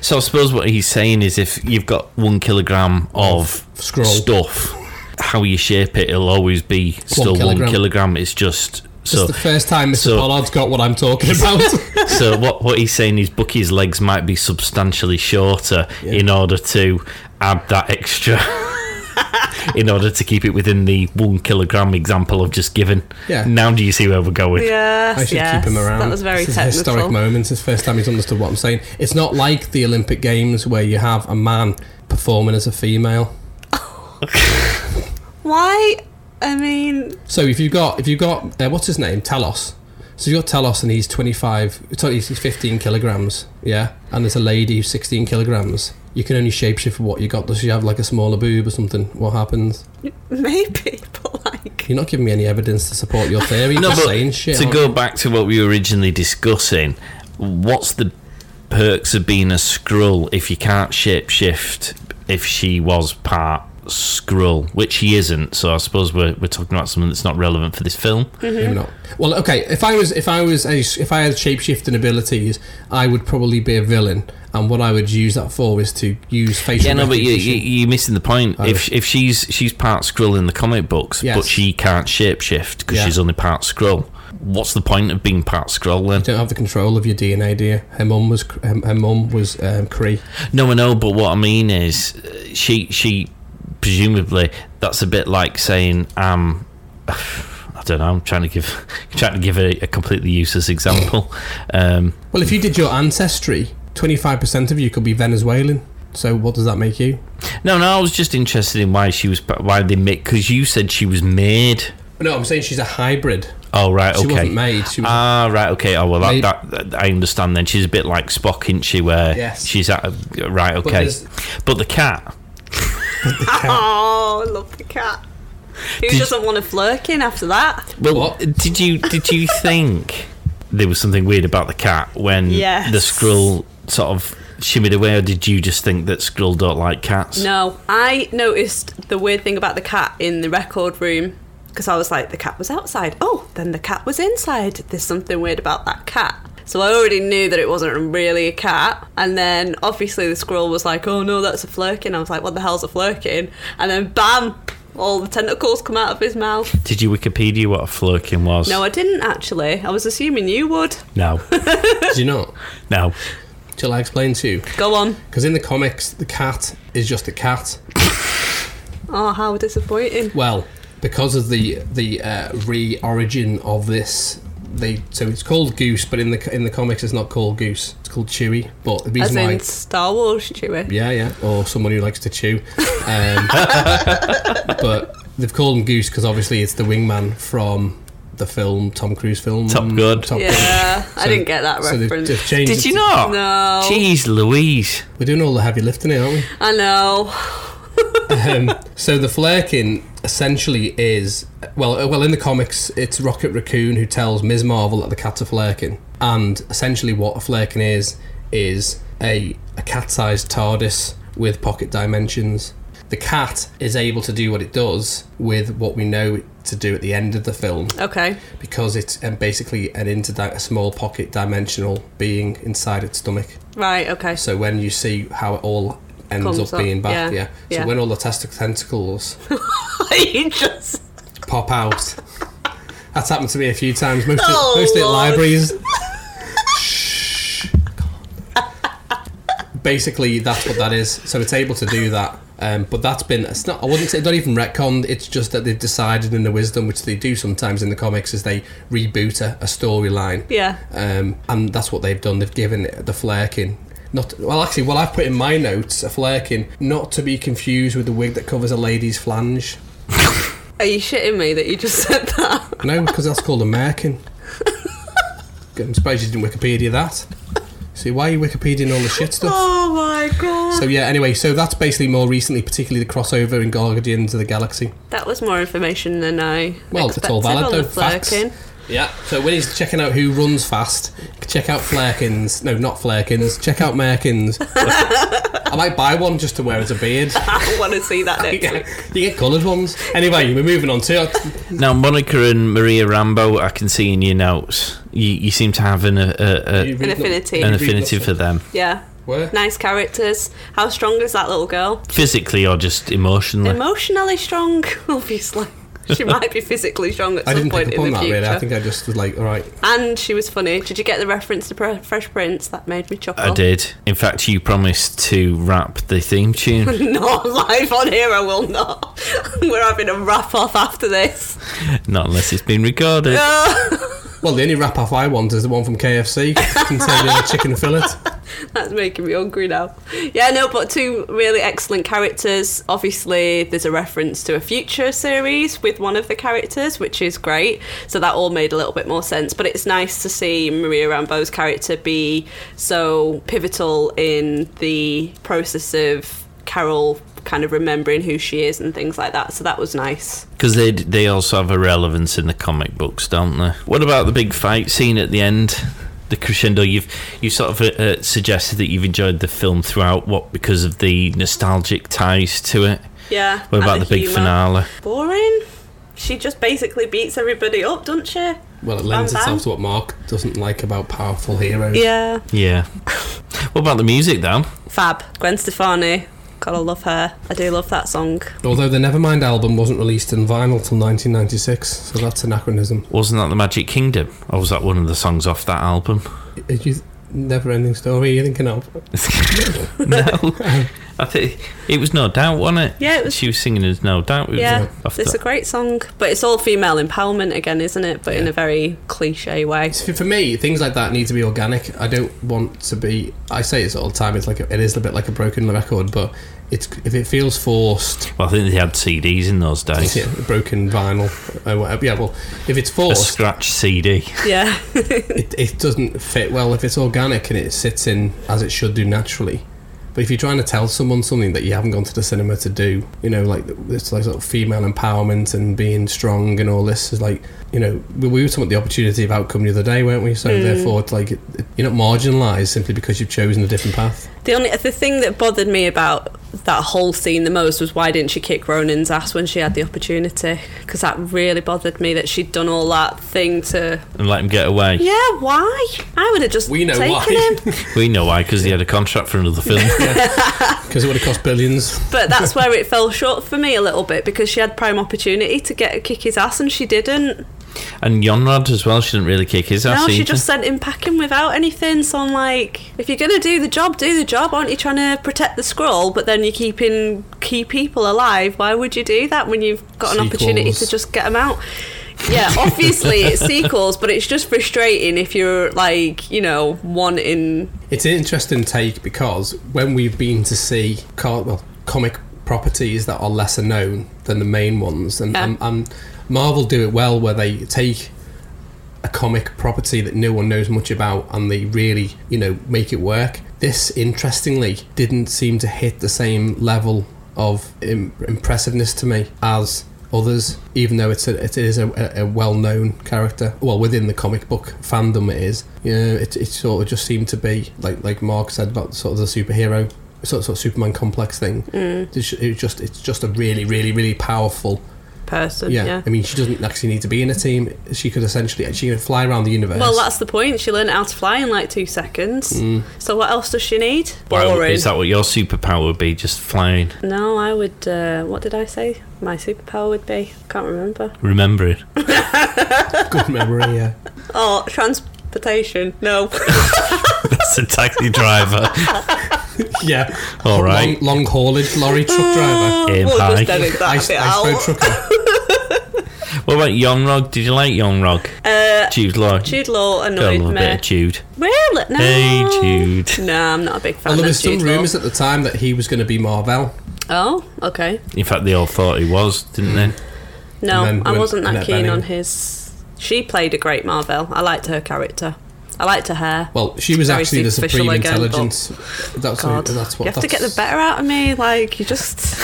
C: So I suppose what he's saying is, if you've got one kilogram of
B: Scroll.
C: stuff, how you shape it, it'll always be still
B: kilogram.
C: one kilogram. It's just
B: It's
C: so.
B: the first time Mr.
C: so-
B: Pollard's got what I'm talking about.
C: so what what he's saying is, Bucky's legs might be substantially shorter in order to add that extra. in order to keep it within the one kilogram example I've just given.
B: Yeah.
C: Now do you see where we're going?
D: yes,
B: I should
D: yes.
B: keep him around.
D: That was very
B: this is a
D: technical.
B: historic moment. It's the first time he's understood what I'm saying. It's not like the Olympic Games where you have a man performing as a female.
D: Why? I mean,
B: So if you've got if you've got uh, what's his name Talos, so you've got Talos and he's 25, sorry, he's 15 kilograms, yeah, and there's a lady who's 16 kilograms. You can only shapeshift what you got. Does she have like a smaller boob or something? What happens?
D: maybe, but like,
B: You're not giving me any evidence to support your theory. You're
C: No,
B: just
C: but
B: saying shit.
C: to
B: aren't
C: go back to what we were originally discussing, what's the perks of being a Skrull if you can't shapeshift if she was part Skrull, which she isn't, so I suppose we're, we're talking about something that's not relevant for this film.
B: you? Maybe not. Well, okay. If I was if I was a, if I had shapeshifting abilities, I would probably be a villain. And what I would use that for is to use facial.
C: Yeah, no, but you,
B: recognition.
C: you, you're missing the point. If if she's she's part Skrull in the comic books,
B: Oh, Yes.
C: but she can't shapeshift because
B: Yeah.
C: she's only part Skrull, what's the point of being part Skrull then?
B: don't have the control of your DNA, do you? Her mum was her, her mum was um, Cree.
C: No, I know, but what I mean is, uh, she she presumably that's a bit like saying, um, I don't know. I'm trying to give trying to give a, a completely useless example. Um,
B: Well, if you did your ancestry, 25% of you could be Venezuelan. So what does that make you?
C: no, no, I was just interested in why she was why they made because you said she was made.
B: No, I'm saying she's a hybrid.
C: Oh right,
B: She
C: okay.
B: wasn't made. She was,
C: Ah, right, okay. Oh well,
B: Maybe-
C: that, that, that I understand. Then she's a bit like Spock, isn't she? Where
B: Yes.
C: she's at a, right, okay.
B: there's-
C: but the cat.
D: oh, I love the cat. Who
C: Did-
D: doesn't want a flirking after that?
C: Well,
B: What?
C: did you did you think there was something weird about the cat when
D: Yes.
C: the Skrull sort of shimmied away, or did you just think that Skrull don't like cats?
D: No, I noticed the weird thing about the cat in the record room because I was like, the cat was outside. Oh, then the cat was inside. There's something weird about that cat. So I already knew that it wasn't really a cat. And then obviously the squirrel was like, oh no, that's a flirkin. I was like, what the hell's a flirkin? And then bam, all the tentacles come out of his mouth.
C: Did you Wikipedia what a flirking was?
D: No, I didn't actually. I was assuming you would.
C: no,
B: Do you not?
C: no.
B: Shall I explain to you?
D: Go on.
B: Because in the comics, the cat is just a cat.
D: Oh, how disappointing.
B: Well, because of the the uh, re-origin of this, they so it's called Goose, but in the in the comics, it's not called Goose. It's called Chewy. But the
D: As
B: reason why
D: in Star Wars, Chewie.
B: Yeah, yeah. Or someone who likes to chew. Um, but they've called him Goose because obviously it's the wingman from the film, Tom Cruise film.
C: Top Gun.
D: Yeah, I
B: So-
D: didn't get that
B: So they've,
D: reference.
B: they've changed
C: Did
B: it
C: you
B: to-
C: not?
D: No.
C: Jeez, Louise.
B: We're doing all the heavy lifting here, aren't
D: I know.
B: we? um, so the Flairkin essentially is well, uh, well in the comics it's Rocket Raccoon who tells Ms. Marvel that the cat's a Flairkin, and essentially what a Flairkin is is a a cat-sized TARDIS with pocket dimensions. The cat is able to do what it does with what we know it to do at the end of the film
D: Okay.
B: because it's um, basically an interdi- a small pocket dimensional being inside its stomach.
D: Right. Okay.
B: So when you see how it all ends
D: Comes
B: up,
D: up,
B: being back,
D: yeah,
B: yeah. So
D: yeah.
B: when all the testic- tentacles
D: you just.
B: pop out, that's happened to me a few times. Mostly,
D: Oh,
B: mostly at
D: Lord.
B: libraries. Shh. Basically, that's what that is. So it's able to do that. Um, but that's been it's not I wouldn't say not even retconned. It's just that they've decided in the wisdom, which they do sometimes in the comics, is they reboot a, a storyline.
D: Yeah.
B: um, and that's what they've done. They've given it the flaking. Not well, actually. Well, I've put in my notes a flaking, not to be confused with the wig that covers a lady's flange.
D: Are you shitting me that you just said that?
B: No, because that's called a merkin. I'm surprised you didn't Wikipedia that. See, why are you Wikipediaing all the shit stuff?
D: Oh my god.
B: So yeah. Anyway, so that's basically more recently, particularly the crossover in Guardians of the Galaxy.
D: That was more information than I
B: Well, it's
D: expected
B: all valid
D: on
B: though.
D: the
B: Facts.
D: flirking.
B: Yeah. So when he's checking out who runs fast, check out Flairkins. No, not Flairkins. Check out Merkins. I might buy one just to wear as a beard.
D: I want to see that next
B: you
D: week.
B: get coloured ones. Anyway, we're moving on to
C: Now, Monica and Maria Rambo, I can see in your notes. You, you seem to have an, a, a, a,
D: An affinity.
C: an
B: read
C: affinity
B: nothing.
C: for them,
D: Yeah.
B: Where?
D: Nice characters. How strong is that little girl?
C: physically or just emotionally.
D: Emotionally strong, obviously. She might be physically strong at
B: I
D: some
B: didn't
D: point
B: pick up on
D: in the
B: that
D: future.
B: really. I think I just was like, all right,
D: And she was funny. Did you get the reference to Pre- Fresh Prince? That made me chuckle.
C: I did. In fact, you promised to rap the theme tune.
D: Not live on here, I will not. We're having a wrap off after this.
C: Not unless it's been recorded.
B: well, the only wrap off I want is the one from KFC containing a chicken fillet.
D: That's making me hungry now. Yeah, no, but two really excellent characters. Obviously, there's a reference to a future series with one of the characters, which is great. So that all made a little bit more sense. But it's nice to see Maria Rambo's character be so pivotal in the process of Carol kind of remembering who she is and things like that. So that was nice.
C: Because they they also have a relevance in the comic books, don't they? What about the big fight scene at the end, the crescendo? You've you sort of uh, uh, suggested that you've enjoyed the film throughout. What because of the nostalgic ties to it?
D: Yeah.
C: What about
D: and
C: the, big
D: humour.
C: finale?
D: boring. She just basically beats everybody up, doesn't she?
B: Well, it lends
D: Bam,
B: itself
D: bam.
B: to what Mark doesn't like about powerful heroes.
D: Yeah.
C: Yeah. what about the music though?
D: Fab. Gwen Stefani. Gotta love her. I do love that song.
B: Although the Nevermind album wasn't released in vinyl till 1996, so that's anachronism.
C: Wasn't that the Magic Kingdom, or was that one of the songs off that album?
B: Is you never ending story you're thinking of?
C: no, I think it was No Doubt, wasn't it?
D: Yeah, it was-
C: She was singing as No Doubt. It was
D: Yeah,
C: off
D: it's
C: the-
D: a great song, but it's all female empowerment again, isn't it? But in a very cliche way.
B: For for me, things like that need to be organic. I don't want to be. I say this all the time. It's like a, it is a bit like a broken record, but it's if it feels forced,
C: well, I think they had CDs in those days.
B: yeah, broken vinyl, uh, whatever. Yeah, well, if it's
C: A
B: forced,
C: scratch CD.
D: Yeah,
B: it, it doesn't fit well. If it's organic and it sits in as it should do naturally, But if you're trying to tell someone something that you haven't gone to the cinema to do, you know, like this like sort of female empowerment and being strong and all this is like, you know, we, we were talking about the opportunity of outcome the other day, weren't we? So therefore, it's like it, it- you're not marginalised simply because you've chosen a different path.
D: The only the thing that bothered me about that whole scene the most was why didn't she kick Ronan's ass when she had the opportunity? Because that really bothered me that she'd done all that thing to.
C: and let him get away.
D: Yeah, why? I would have just
B: We know
D: taken
B: why.
D: him.
C: We know why because he had a contract for another film.
B: Because it would have cost billions.
D: But that's where it fell short for me a little bit because she had prime opportunity to get kick his ass and she didn't.
C: And Yonrod as well. She didn't really kick his ass.
D: No, she
C: either.
D: just sent him packing without anything. So I'm like, if you're gonna do the job, do the job. Aren't you trying to protect the scroll? But then you're keeping key people alive. Why would you do that when you've got an opportunity
B: Sequels.
D: to just get them out? Yeah, obviously it's sequels, but it's just frustrating if you're like, you know, wanting.
B: It's an interesting take because when we've been to see car, well, comic properties that are lesser known than the main ones, and,
D: Yeah.
B: and, and Marvel do it well where they take a comic property that no one knows much about and they really, you know, make it work. This, interestingly, didn't seem to hit the same level of Im- impressiveness to me as others, even though it's a, it is a, a- a well-known character. Well, within the comic book fandom, it is. You know, it, it sort of just seemed to be like like Mark said about sort of the superhero. Sort of, sort of Superman complex thing. It's, it's just it's just a really really really powerful
D: Person,
B: yeah.
D: yeah.
B: I mean, she doesn't actually need to be in a team. She could essentially she could fly around the universe.
D: well, that's the point. She learned how to fly in like two seconds.
B: Mm.
D: So what else does she need?
C: Why-
D: Boring.
C: is that what your superpower would be? Just flying,
D: No, I would. Uh, what did I say? My superpower would be. Can't remember.
C: remember it.
B: good memory. Yeah.
D: Oh, transportation. No.
C: That's a taxi driver.
B: yeah.
C: All right.
B: Long, long haulage lorry truck driver.
C: Aim
D: we'll
C: high.
D: just edit Oh, that
B: Ice,
D: bit
B: ice boat
D: out.
B: trucker.
C: What about Yonrog? Did you like Yonrog?
D: Uh,
C: Jude Law.
D: Jude Law
C: Got a
D: annoyed
C: little bit
D: me.
C: of Jude.
D: Really? No.
C: Hey, Jude.
D: No, I'm not a big fan
B: Well, there
D: of
B: was some
D: Jude Law.
B: rumours at the time that he was going to be Marvel.
D: Oh, okay.
C: In fact, they all thought he was, didn't they?
D: No,
B: And then
D: I
B: when-
D: wasn't that
B: Annette
D: keen
B: Bening.
D: on his. She played a great Marvel. I liked her character. I liked her hair.
B: Well, she was
D: Very
B: actually the
D: superficial
B: supreme
D: again, but-
B: intelligence. That's,
D: God,
B: that's what
D: you have to get the
B: that's-
D: better out of me. Like you just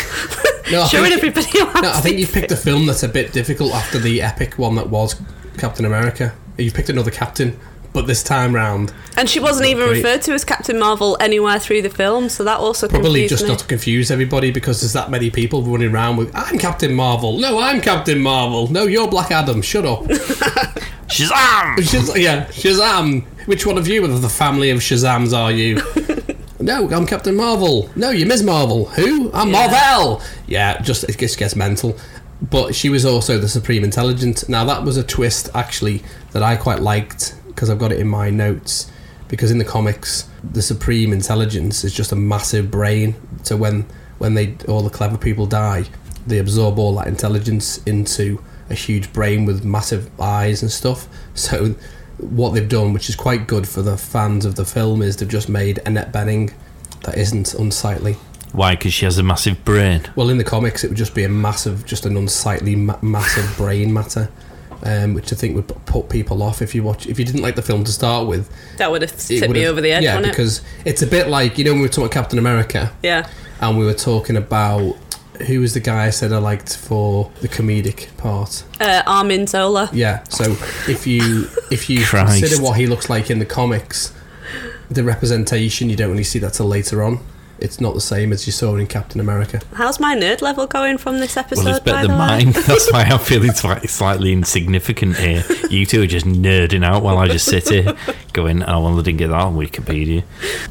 B: No, I
D: showing
B: think-
D: everybody.
B: No, I think you picked a film that's a bit difficult after the epic one that was Captain America. You picked another captain, but this time round,
D: And she wasn't even
B: Great.
D: referred to as Captain Marvel anywhere through the film, so that also
B: Probably
D: confused
B: just
D: me.
B: not to confuse everybody because there's that many people running around with I'm Captain Marvel. No, I'm Captain Marvel. No, you're Black Adam. Shut up.
C: Shazam!
B: Shaz- yeah, Shazam. Which one of you of the family of Shazams are you? no, I'm Captain Marvel. No, you're Ms. Marvel. Who? I'm
D: Yeah.
B: Marvel. Yeah, just it just gets mental. But she was also the supreme intelligent. Now that was a twist actually that I quite liked because I've got it in my notes. Because in the comics, the supreme intelligence is just a massive brain. So when when they all the clever people die, they absorb all that intelligence into a huge brain with massive eyes and stuff. So what they've done, which is quite good for the fans of the film, is they've just made Annette Benning that isn't unsightly.
C: Why? Because she has a massive brain.
B: Well, in the comics, it would just be a massive, just an unsightly, ma- massive brain matter, um, which I think would p- put people off if you watch. If you didn't like the film to start with,
D: That would have
B: it
D: tipped
B: would
D: me
B: have-
D: over the edge,
B: Yeah,
D: wouldn't
B: because it's a bit like you know when we were talking about Captain America,
D: it? Yeah.
B: and we were talking about who was the guy I said I liked for the comedic part.
D: Uh, Armin Zola.
B: Yeah. So if you if you
C: Christ.
B: consider what he looks like in the comics, the representation you don't really see that till later on. It's not the same as you saw in Captain America.
D: How's my nerd level going from this episode,
C: Well, it's
D: by
C: better
D: the
C: than
D: way?
C: mine. That's why I'm feeling sli- slightly insignificant here. You two are just nerding out while I just sit here going, oh, well, I didn't get that on Wikipedia.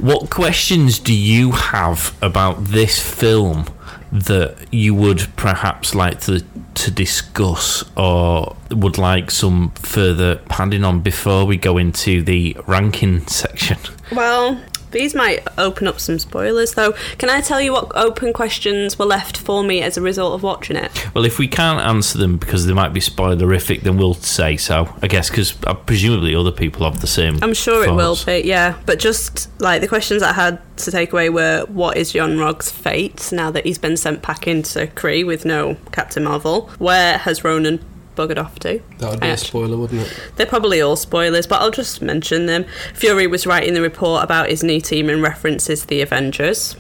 C: What questions do you have about this film that you would perhaps like to, to discuss or would like some further padding on before we go into the ranking section?
D: Well, these might open up some spoilers, though. Can I tell you what open questions were left for me as a result of watching it?
C: Well, if we can't answer them because they might be spoilerific, then we'll say so, I guess, because presumably other people have the same.
D: I'm sure it will
C: thoughts.
D: be, yeah. But just like the questions I had to take away were what is John Rog's fate now that he's been sent back into Kree with no Captain Marvel? Where has Ronan buggered off to?
B: That would be
D: I
B: a
D: actually-
B: spoiler, wouldn't it?
D: They're probably all spoilers, but I'll just mention them. Fury was writing the report about his new team and references the Avengers.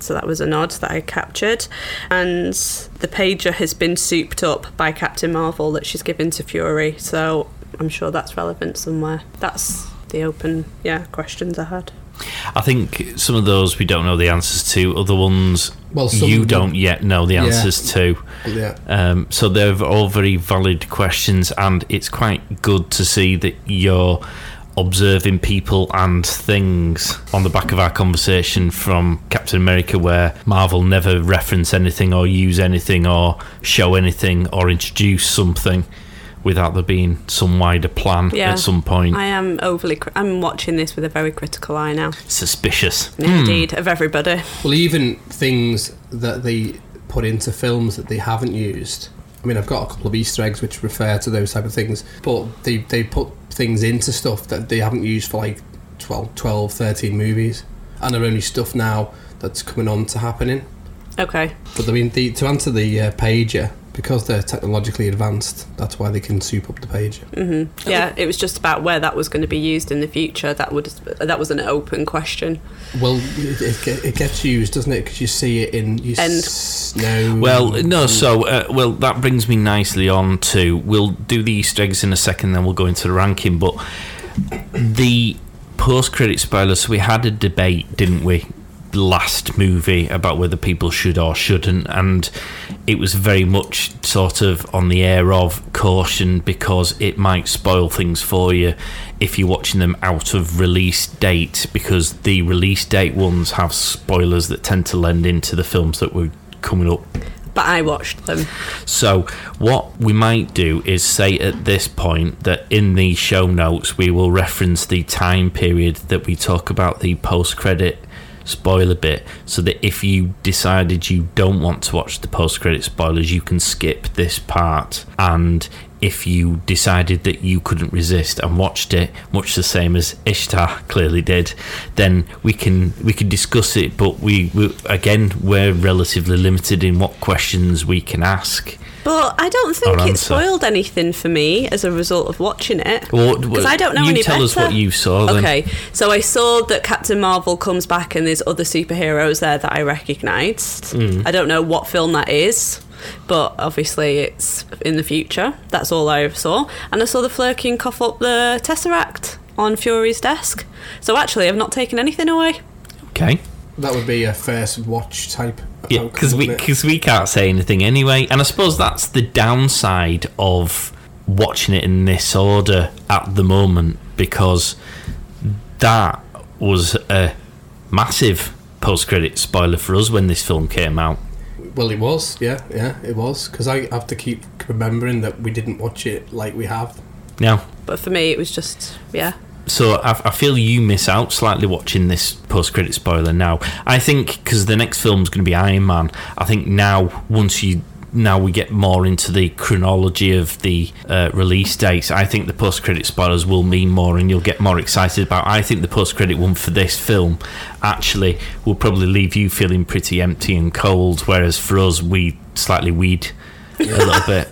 D: So that was a nod that I captured. And the pager has been souped up by Captain Marvel that she's given to Fury. So I'm sure that's relevant somewhere. That's the open, yeah, questions I had.
C: I think some of those we don't know the answers to. Other ones
B: Well, some
C: you
B: we-
C: don't yet know the
B: Yeah.
C: answers to.
B: Yeah.
C: Um, so they're all very valid questions, and it's quite good to see that you're observing people and things on the back of our conversation from Captain America, where Marvel never reference anything or use anything or show anything or introduce something without there being some wider plan
D: Yeah.
C: at some point.
D: I am overly, cri- I'm watching this with a very critical eye now.
C: Suspicious.
D: Indeed, of everybody.
B: Well, even things that they put into films that they haven't used. I mean, I've got a couple of Easter eggs which refer to those type of things, but they, they put things into stuff that they haven't used for like 12, 12 13 movies, and they're only stuff now that's coming on to happening.
D: Okay.
B: But I mean, the, to answer the uh, pager, because they're technologically advanced, that's why they can soup up the pager.
D: Yeah, it was just about where that was going to be used in the future. That would that was an open question.
B: Well, it, it, ge- it gets used, doesn't it? Because you see it in you
D: And-
B: s- no.
C: Well, no. So, uh, well, that brings me nicely on to. We'll do the Easter eggs in a second, then we'll go into the ranking. But the post-credit spoilers. So we had a debate, didn't we? Last movie about whether people should or shouldn't, and it was very much sort of on the air of caution because it might spoil things for you if you're watching them out of release date because the release date ones have spoilers that tend to lend into the films that were coming up
D: But I watched them.
C: so, what we might do is say at this point that in the show notes we will reference the time period that we talk about the post credit spoiler bit so that if you decided you don't want to watch the post credit spoilers, you can skip this part. And if you decided that you couldn't resist and watched it, much the same as Ishtar clearly did, then we can we can discuss it. But we, we again we're relatively limited in what questions we can ask.
D: But I don't think
C: Our
D: it
C: answer.
D: spoiled anything for me as a result of watching it.
C: Or-
D: Because I don't know
C: you
D: any
C: tell us
D: better.
C: what you saw. Then.
D: Okay, so I saw that Captain Marvel comes back and there's other superheroes there that I recognised.
C: Mm.
D: I don't know what film that is, but obviously it's in the future. That's all I saw. And I saw the Flurkin cough up the Tesseract on Fury's desk. So actually, I've not taken anything away.
C: Okay.
B: that would be a first watch type.
C: Yeah,
B: outcome,
C: because we
B: wouldn't it?
C: because we can't say anything anyway, and I suppose that's the downside of watching it in this order at the moment because that was a massive post-credit spoiler for us when this film came out.
B: Well, it was, yeah, yeah, it was. Because I have to keep remembering that we didn't watch it like we have.
C: Now,
D: But for me, it was just, yeah.
C: so I, I feel you miss out slightly watching this post-credit spoiler now. I think because the next film's going to be Iron Man. I think now once you now we get more into the chronology of the uh, release dates. I think the post-credit spoilers will mean more, and you'll get more excited about. I think the post-credit one for this film actually will probably leave you feeling pretty empty and cold, whereas for us we slightly weed a little bit,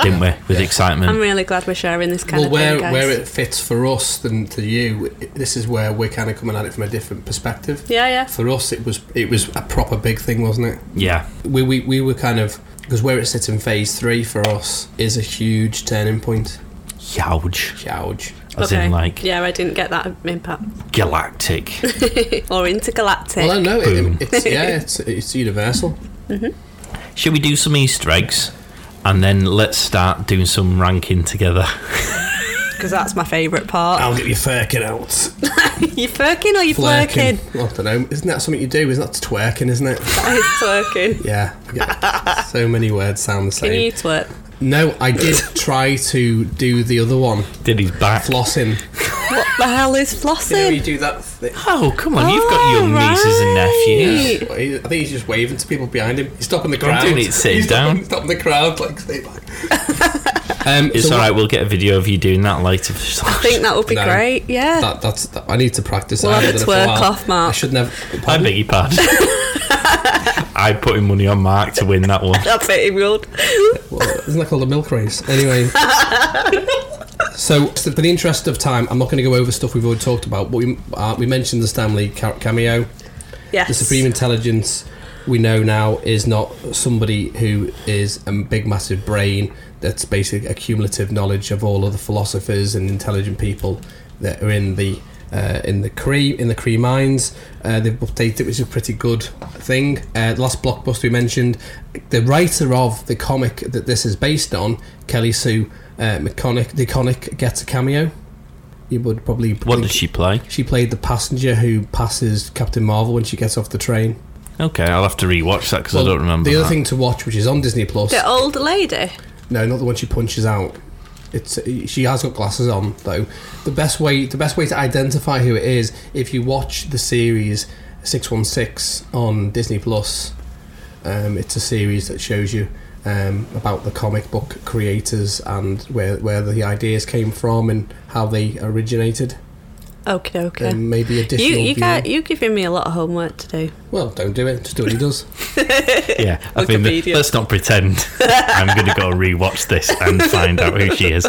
C: didn't we, with excitement?
D: I'm really glad we're sharing this kind
B: well,
D: of
B: where
D: thing, guys.
B: where it fits for us than to you, i- this is where we're kind of coming at it from a different perspective.
D: yeah, yeah.
B: For us, it was it was a proper big thing, wasn't it?
C: yeah.
B: We we, we were kind of because where it sits in phase three for us is a huge turning point.
C: Youch.
B: Huge.
C: As in, like,
D: yeah, I didn't get that impact
C: galactic.
D: or intergalactic.
B: Well, I know
C: Boom.
B: it, it's yeah, it's it's universal.
C: Should we do some Easter eggs? And then let's start doing some ranking together.
D: Because that's my favourite part.
B: I'll get you furking out.
D: you furking or you flirking?
B: Well, I don't know. Isn't that something you do? Isn't that twerking? Isn't it?
D: That is twerking.
B: Yeah. yeah. so many words sound the same.
D: Can you twerk?
B: No, I did try to do the other one,
C: Did his back.
B: flossing.
D: What the hell is flossing?
B: do that. Thing.
C: Oh, come on. You've got
D: Oh,
C: young nieces and nephews.
D: right.
B: I think he's just waving to people behind him. He's stopping the crowd.
C: doing it sitting
B: he's stopping-
C: down.
B: Stopping, the crowd, like stay back. um,
C: It's
B: so
C: all
B: what-
C: right. We'll get a video of you doing that later.
D: I think that would be
B: No.
D: great. Yeah.
B: That, that's. That, I need to practice.
D: We'll
B: I
D: have
B: haven't
D: a
B: done it for
D: twerk
B: while.
D: off, Mark.
B: I should never.
C: I beg your pardon. I'm putting money on Mark to win that one.
D: I bet it would.
B: Well, isn't that called a milk race? Anyway. So, so for the interest of time, I'm not going to go over stuff we've already talked about. But we uh, we mentioned the Stanley cameo.
D: Yes.
B: the Supreme Intelligence we know now is not somebody who is a big, massive brain that's basically accumulative knowledge of all of the philosophers and intelligent people that are in the uh, in the Cree in the Cree mines. Uh, they've updated it, which is a pretty good thing. Uh, the last blockbuster we mentioned, the writer of the comic that this is based on, Kelly Sue uh, McConaughey, DeConnick, gets a cameo. You would probably
C: What
B: think-
C: does she play?
B: she played the passenger who passes Captain Marvel when she gets off the train.
C: Okay, I'll have to rewatch that because I
B: Well,
C: don't remember.
B: The other
C: that.
B: thing to watch, which is on Disney Plus,
D: The old lady.
B: no, not the one she punches out. It's she has got glasses on though. The best way, the best way to identify who it is, if you watch the series Six One Six on Disney Plus, um, it's a series that shows you um, about the comic book creators and where where the ideas came from and how they originated.
D: Okay, okay.
B: And maybe Um, additional.
D: you you
B: viewing.
D: got you giving me a lot of homework to do.
B: Well, don't do it. Just do what he does.
C: Yeah, I think that-
D: Wikipedia.
C: let's not pretend. I'm going to go rewatch this and find out who she is.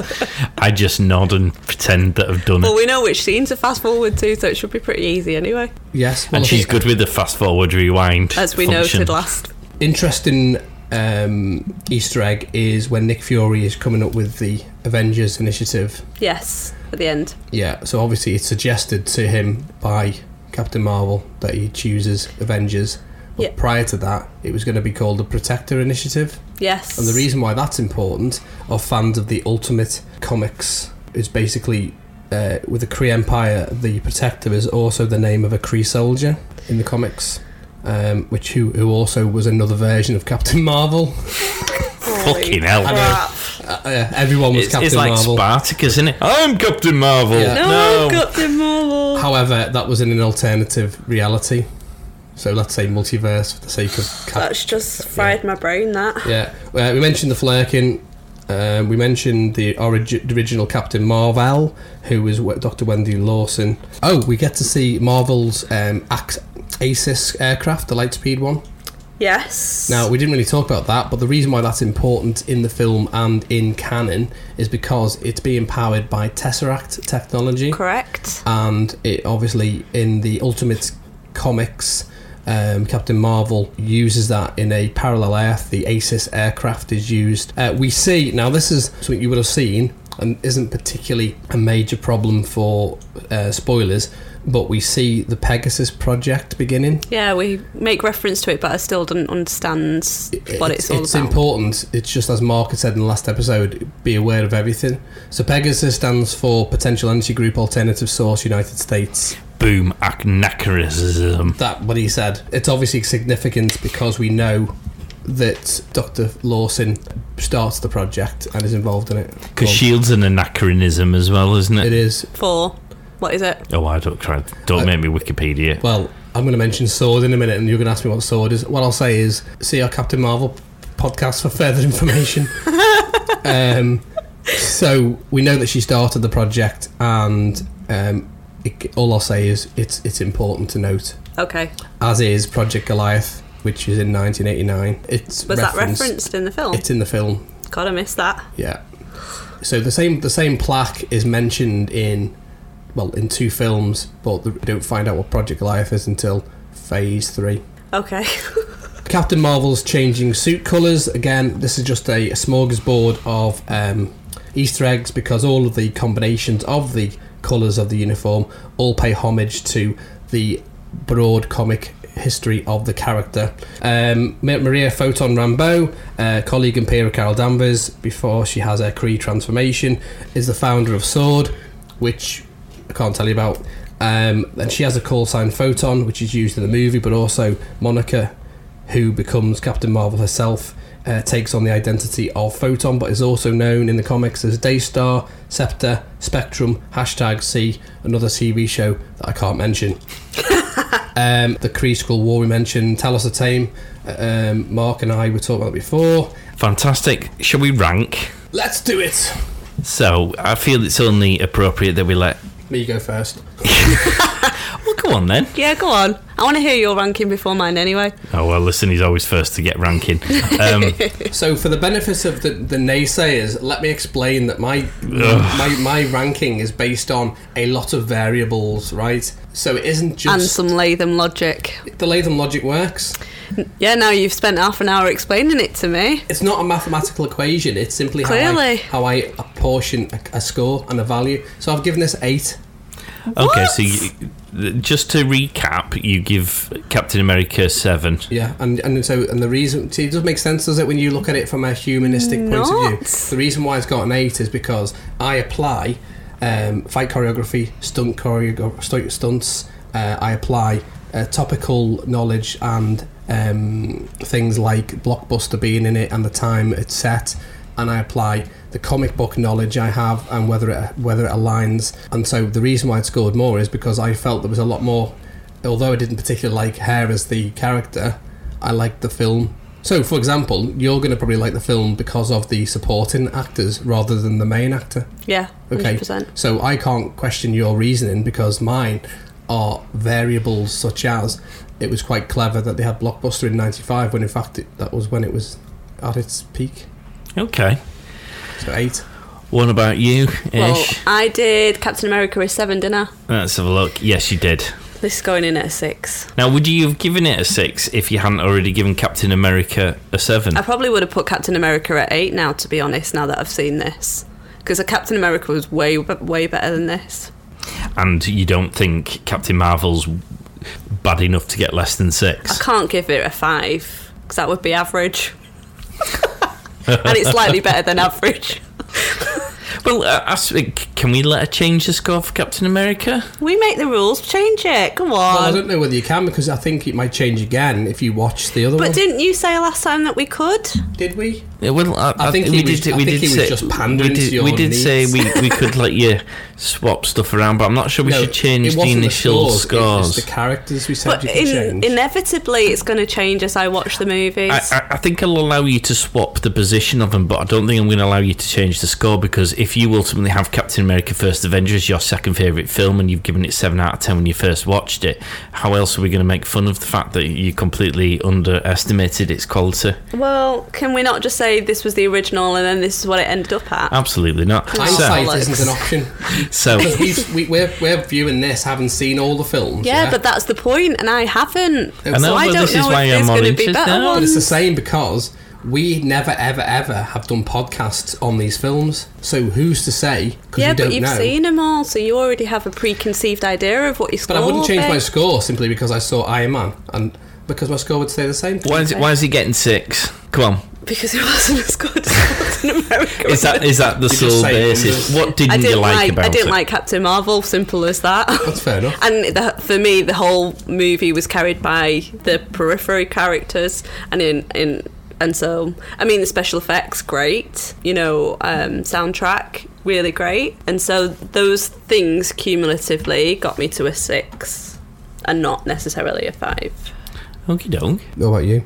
C: I just nod and pretend that I've done
D: Well,
C: it.
D: we know which scene to fast forward to, so it should be pretty easy anyway,
B: Yes, well,
C: And
B: I
C: she's
B: think-
C: good with the fast forward rewind.
D: as we
C: function.
D: noted last.
B: Interesting um, Easter egg is when Nick Fury is coming up with the Avengers initiative.
D: Yes, at the end.
B: Yeah, so obviously it's suggested to him by Captain Marvel that he chooses Avengers. But
D: Yeah.
B: prior to that, it was going to be called the Protector Initiative.
D: Yes.
B: And the reason why that's important are fans of the Ultimate Comics is basically uh, with the Kree Empire, the Protector is also the name of a Kree soldier in the comics, um, which who, who also was another version of Captain Marvel.
C: Fucking hell.
B: I know. Uh, yeah, everyone was
C: It's,
B: Captain
C: it's like
B: Marvel.
C: Spartacus, isn't it? I'm Captain Marvel.
B: Yeah.
D: No, Captain Marvel.
B: However, that was in an alternative reality. So let's say multiverse for the sake of Cap-
D: That's just fried my brain. That.
B: Uh, Yeah, uh, we mentioned the Flerkin. Um, we mentioned the origi- the original Captain Marvel, who was we- Dr. Wendy Lawson. Oh, we get to see Marvel's um, Ax- ASIS aircraft, the Lightspeed one.
D: Yes.
B: Now, we didn't really talk about that, but the reason why that's important in the film and in canon is because it's being powered by Tesseract technology uh,
D: Correct.
B: and it obviously in the Ultimate comics, um, Captain Marvel uses that in a parallel Earth. The Aces aircraft is used. Uh, we see now this is something you would have seen and isn't particularly a major problem for uh, spoilers, but we see the Pegasus project beginning.
D: Yeah, we make reference to it, but I still don't understand what it's, all about.
B: important. It's just as Mark had said in the last episode, be aware of everything. So Pegasus stands for Potential Energy Group Alternative Source United States.
C: Boom, anachronism.
B: that what he said. It's obviously significant because we know that Dr. Lawson starts the project and is involved in it.
C: Because Shield's an anachronism as well, isn't
B: it
C: it?
B: is.
D: For what is it?
C: Oh, I don't try. Don't
B: Uh,
C: make me Wikipedia. it.
B: Well, I'm going to mention sword in a minute, and you're going to ask me what sword is. What I'll say is see our Captain Marvel podcast for further information. um, so we know that she started the project, and um, it, all I'll say is it's it's important to note.
D: Okay.
B: As is Project Goliath, which is in 1989. It's
D: Was that
B: referenced-
D: referenced in the film?
B: It's in the film.
D: God, I missed that.
B: Yeah. So the same the same plaque is mentioned in well in two films, but we don't find out what Project Goliath is until Phase Three.
D: Okay.
B: Captain Marvel's changing suit colours. Again, this is just a, smorgasbord of um, Easter eggs because all of the combinations of the colours of the uniform all pay homage to the broad comic history of the character. Um, Ma- Maria Photon Rambeau, uh, colleague and peer of Carol Danvers, before she has her Kree transformation, is the founder of Sword, which I can't tell you about. Um, and she has a call sign Photon, which is used in the movie, but also Monica who becomes Captain Marvel herself, uh, takes on the identity of Photon, but is also known in the comics as Daystar, Scepter, Spectrum, hashtag C, another TV show that I can't mention. um, the Kree Skull War we mentioned, Talos Atame, um, Mark and I were talking about it before.
C: Fantastic. Shall we rank?
B: Let's do it!
C: So I feel it's only appropriate that we let.
B: Me go first.
C: Well, go on then.
D: yeah, go on. I want to hear your ranking before mine anyway.
C: Oh well, listen, he's always first to get ranking. Um,
B: So, for the benefit of the, the naysayers, let me explain that my, my my ranking is based on a lot of variables, right? So it isn't
D: and
B: just
D: some Latham logic.
B: the Latham logic works.
D: Yeah, now you've spent half an hour explaining it to me.
B: It's not a mathematical equation. It's simply how I,
D: Clearly.
B: how I apportion a, a score and a value. So I've given this eight.
C: Okay,
D: What?
C: so you, just to recap, you give Captain America seven.
B: Yeah, and and so and the reason see, it does make sense, does it, when you look at it from a humanistic point of view?
D: Not.
B: The reason why it's got an eight is because I apply um, fight choreography, stunt choreo, stu- stunts. Uh, I apply uh, topical knowledge and um, things like blockbuster being in it and the time it's set, and I apply the comic book knowledge I have and whether it whether it aligns. And so the reason why it scored more is because I felt there was a lot more. Although I didn't particularly like her as the character, I liked the film. So, for example, you're going to probably like the film because of the supporting actors rather than the main actor.
D: Yeah,
B: Okay.
D: 100%.
B: So I can't question your reasoning because mine are variables such as it was quite clever that they had Blockbuster in '95 when in fact it, that was when it was at its peak.
C: Okay.
B: So eight.
C: What about you,
D: Well,
C: Ish?
D: I did Captain America is seven dinner.
C: Let's have a look. Yes, you did.
D: This is going in at a six.
C: Now, would you have given it a six if you hadn't already given Captain America a seven?
D: I probably would have put Captain America at eight now, to be honest, now that I've seen this. Because Captain America was way, way better than this.
C: And you don't think Captain Marvel's bad enough to get less than
D: I
C: six?
D: can't give it a five, because that would be average. and it's slightly better than average.
C: Well, uh, I s- can we let her change the score for Captain America?
D: We make the rules, change it. Come
B: Well, I
D: on.
B: don't know whether you can because I think it might change again if you watch the other one.
D: but didn't you say last time that we could?
B: Did we?
C: Yeah, Uh, well, I,
B: I think
C: we
B: he was-
C: did.
B: I
C: we
B: think
C: did
B: he was
C: say,
B: just pandering
C: we
B: to
C: did,
B: your
C: we did say we,
B: needs.
C: we could let you swap stuff around, but I'm not sure we
B: No,
C: should change
B: it
C: the
B: wasn't
C: initial
B: the scores.
C: scores.
B: It's the characters we said
D: But
B: you could
D: in,
B: change.
D: inevitably, it's going to change as I watch the movies.
C: I, I, I think I'll allow you to swap the position of them, but I don't think I'm going to allow you to change the score because if you ultimately have Captain America: First Avengers your second favorite film and you've given it seven out of ten when you first watched it, how else are we going to make fun of the fact that you completely underestimated its quality?
D: well, can we not just say this was the original and then this is what it ended up at?
C: Absolutely not.
B: Hindsight
D: Alex.
B: isn't an option.
C: So, so
B: We've, we, we're, we're viewing this, having seen all the films.
D: Yeah, but that's the point, and I haven't.
B: I know,
D: so I
C: but
D: don't
C: this is
D: know
C: why
D: if
C: I'm
D: there's going to
C: interested
D: be better
C: now.
B: But it's the
D: ones.
B: same because we never, ever, ever have done podcasts on these films. So who's to say? Because
D: Yeah,
B: we don't
D: but you've
B: know.
D: seen them all, so you already have a preconceived idea of what your score
B: but I wouldn't
D: will
B: change
D: be.
B: my score simply because I saw Iron Man and because my score would stay the same.
C: why is it, why is he getting six? Come on.
D: because it wasn't as good as Captain America.
C: Is that is that the
B: just
C: sole
B: saying
C: basis?
B: numbers.
C: What didn't,
D: I
C: you
D: didn't
C: like,
D: like,
C: about
D: I didn't
C: it?
D: like Captain Marvel. Simple as that.
B: That's fair enough.
D: And the, for me, the whole movie was carried by the periphery characters, and in in and so I mean the special effects great, you know, um, soundtrack really great, and so those things cumulatively got me to a six, and not necessarily a five.
C: Okie doke.
B: What about you?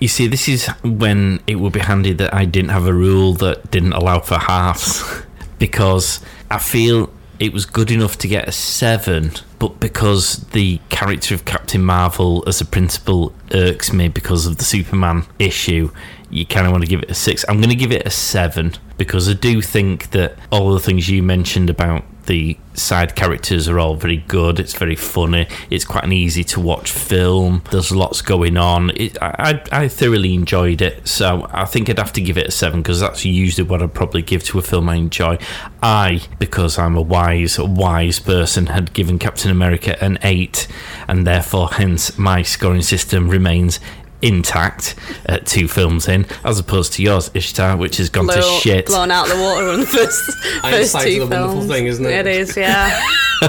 C: You see, this is when it would be handy that I didn't have a rule that didn't allow for halves because I feel it was good enough to get a seven, but because the character of Captain Marvel as a principal irks me because of the Superman issue, you kind of want to give it a six. I'm going to give it a seven because I do think that all the things you mentioned about the side characters are all very good. It's very funny. It's quite an easy to watch film. There's lots going on. It, I, I I thoroughly enjoyed it. So I think I'd have to give it a seven because that's usually what I'd probably give to a film I enjoy. I, because I'm a wise, wise person, had given Captain America an eight, and therefore, hence, my scoring system remains. Intact at two films in, as opposed to yours, Ishtar, which has gone to
D: Blow-
C: shit.
D: Blown out the water on the first, first
B: Hindsight's
D: two
B: a wonderful
D: films.
B: thing, isn't it?
D: It is, yeah.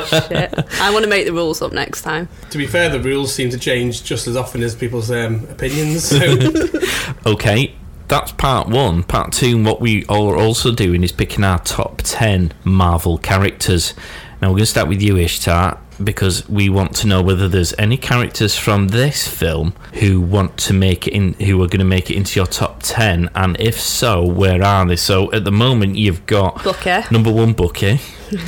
D: Shit. I want to make the rules up next time.
B: To be fair, the rules seem to change just as often as people's um, opinions. So
C: Okay, that's part one. Part two, what we are also doing is picking our top 10 Marvel characters. Now, we're going to start with you, Ishtar, because we want to know whether there's any characters from this film who want to make it in, who are going to make it into your top 10, and if so, where are they? So at the moment, you've got
D: Booker,
C: number one, Bucky,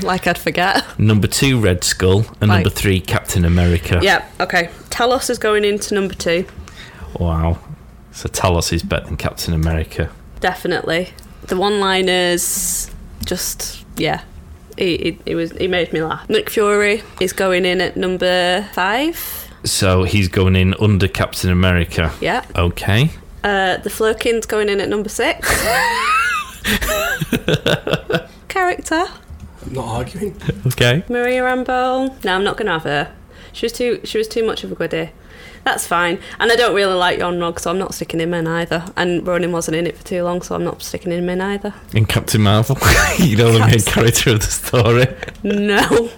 D: like I'd forget.
C: number two, Red Skull, and
D: Right.
C: number three, Captain America.
D: Yeah, okay. Talos is going into number two,
C: Wow. So Talos is better than Captain America.
D: definitely. The one liners, just, yeah. He, he, he was he made me laugh. Nick Fury is going in at number five.
C: So he's going in under Captain America.
D: Yeah.
C: Okay.
D: Uh, the Flurkin's going in at number six. Character
B: I'm not arguing.
C: Okay.
D: Maria Rambo. No, I'm not gonna have her. She was too she was too much of a goodie. That's fine. And I don't really like Yon Rog, so I'm not sticking him in either. And Ronan wasn't in it for too long, so I'm not sticking him in either.
C: In Captain Marvel, you know the main character of the story.
D: No.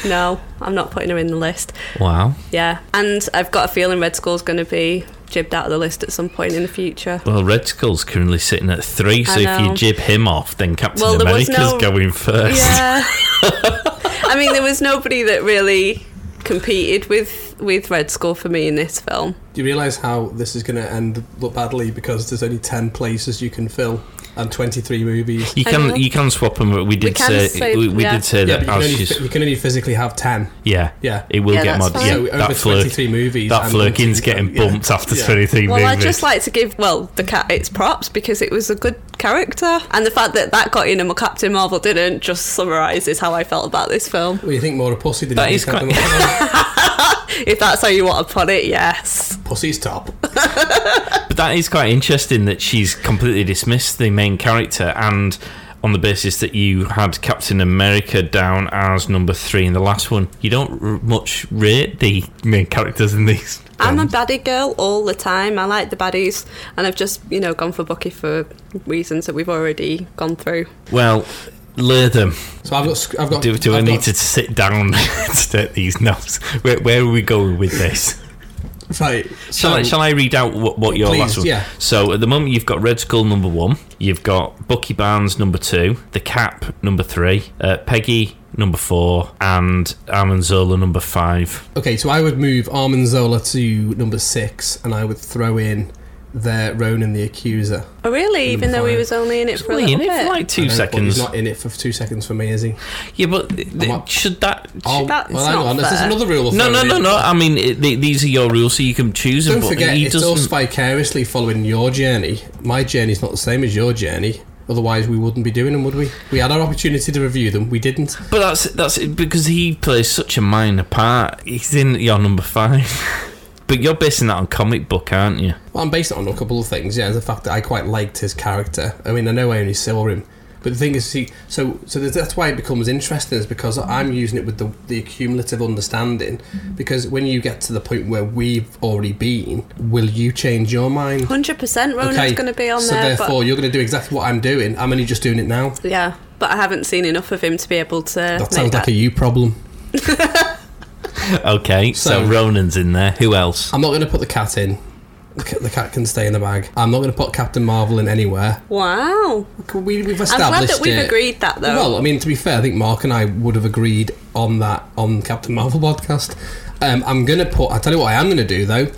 D: no, I'm not putting her in the list.
C: Wow.
D: Yeah. And I've got a feeling Red Skull's going to be jibbed out of the list at some point in the future.
C: Well, Red Skull's currently sitting at three, so
D: I
C: if you
D: know.
C: jib him off, then Captain
D: Well, there was
C: America's
D: no-
C: going first.
D: Yeah. I mean, there was nobody that really competed with, with Red Skull for me in this film.
B: Do you realise how this is going to end up badly because there's only 10 places you can fill and 23 movies?
C: You
D: I
C: can
D: know.
C: you can swap them. but We did
D: can
C: say,
D: say-
C: we, we
D: yeah.
C: did say
B: Yeah, but you
C: that
B: can,
C: as
B: only,
C: oh, she's
B: fi- you can only physically have 10.
C: yeah
B: Yeah.
C: it will
D: Yeah,
C: get mod
D: that's fine.
C: yeah
B: So over
C: that flirk
B: 23 movies.
C: that
B: and
C: flirkin's
B: 23
C: getting
B: yeah.
C: bumped after
B: Yeah.
C: twenty three
D: Well,
C: movies.
D: I'd just like to give, well, the cat its props because it was a good character. And the fact that that got in and my Captain Marvel didn't just summarises how I felt about this film.
B: Well, you think more of pussy than
C: That
B: you
C: is
B: think of
C: quite-
B: them.
D: If that's how you want to put it, yes.
B: Pussy's top.
C: But that is quite interesting that she's completely dismissed the main character and on the basis that you had Captain America down as number three in the last one. You don't r- much rate the main characters in these.
D: I'm a
C: films.
D: baddie girl all the time. I like the baddies, and I've just, you know, gone for Bucky for reasons that we've already gone through.
C: well, lure them.
B: So I've got. sc- I've got
C: Do, do I
B: I've
C: need
B: got-
C: to sit down to take these notes? Where, where are we going with this?
B: Right.
C: Shall,
B: so-
C: I, shall I read out what, what your
B: Please,
C: last one?
B: yeah.
C: So at the moment you've got Red Skull number one, you've got Bucky Barnes number two, The Cap number three, uh, Peggy number four, and Armin Zola number five.
B: Okay, so I would move Armin Zola to number six, and I would throw in their Ronan the Accuser.
D: Oh, really? Even though he was only in it for a
C: Really,
D: little
C: in it
D: bit.
C: for like
B: I
C: two
B: know, but He's
C: seconds.
B: not in it for two seconds for me, is he?
C: Yeah, but th- th-
B: up.
C: should that?
B: Oh,
D: That's
B: well, hang
D: not
B: on. This is
D: fair.
B: another rule. of
C: no, no,
B: thumb.
C: no, no. I mean, it, th- these are your rules, so you can choose them.
B: Don't
C: but
B: forget,
C: he
B: it's us
C: doesn't.
B: vicariously following your journey. My journey's not the same as your journey. Otherwise, we wouldn't be doing them, would we? We had our opportunity to review them. We didn't.
C: But that's that's it, because he plays such a minor part. He's in your number five. but you're basing that on comic book, aren't you?
B: Well, I'm basing it on a couple of things. Yeah, the fact that I quite liked his character. I mean, I know I only saw him, but the thing is, see, so so there's- that's why it becomes interesting is because I'm using it with the the cumulative understanding. Because when you get to the point where we've already been, will you change your mind?
D: 100% Ronan's going to be on
B: so
D: there.
B: therefore you're going to do exactly what I'm doing. I'm only just doing it now.
D: But, yeah, but I haven't seen enough of him to be able to.
B: That
D: make
B: sounds like a you problem.
C: Okay, so,
B: So-
C: Ronan's in there. Who else?
B: I'm not going to put the cat in. The ca- the cat can stay in the bag. I'm not going to put Captain Marvel in anywhere.
D: Wow.
B: We, we've established
D: I'm glad that we've
B: it.
D: agreed that, though.
B: Well, I mean, to be fair, I think Mark and I would have agreed on that on Captain Marvel podcast. Um, I'm going to put, I tell you what, I am going to do though.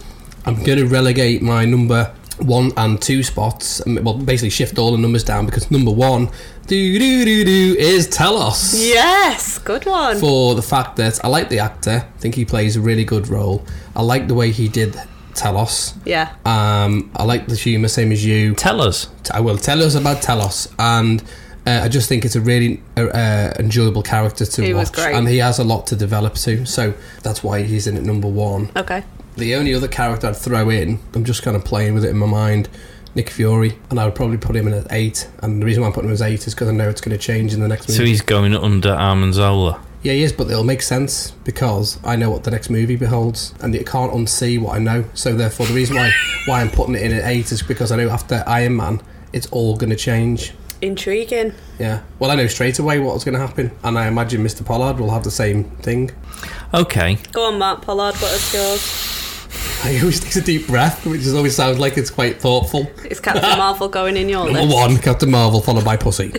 B: I'm going to relegate my number one and two spots. um, Well, basically shift all the numbers down because number one, do do do do, is Telos
D: yes, good one.
B: for the fact that I like the actor. I think he plays a really good role. I like the way he did Telos.
D: yeah.
B: Um, I like the humour, same as you.
C: Tell us.
B: I will tell us about Talos, and uh, I just think it's a really uh, uh, enjoyable character to
D: He was
B: watch,
D: great.
B: and he has a lot to develop too. So that's why he's in at number one.
D: Okay.
B: The only other character I'd throw in, I'm just kind of playing with it in my mind. Nick Fury, and I would probably put him in at eight. And the reason why I'm putting him as eight is because I know it's going to change in the next
C: So
B: movie.
C: he's going under Armin Zola.
B: yeah, he is, but it'll make sense because I know what the next movie beholds, and it can't unsee what I know. So therefore, the reason why why I'm putting it in at eight is because I know after Iron Man, it's all going to change.
D: Intriguing.
B: Yeah. Well, I know straight away what's going to happen, and I imagine Mr. Pollard will have the same thing.
C: Okay.
D: Go on, Mark Pollard, what is yours?
B: He always takes a deep breath, which is always sounds like it's quite thoughtful.
D: Is Captain Marvel going in your
B: Number
D: list?
B: one, Captain Marvel, followed by Pussy.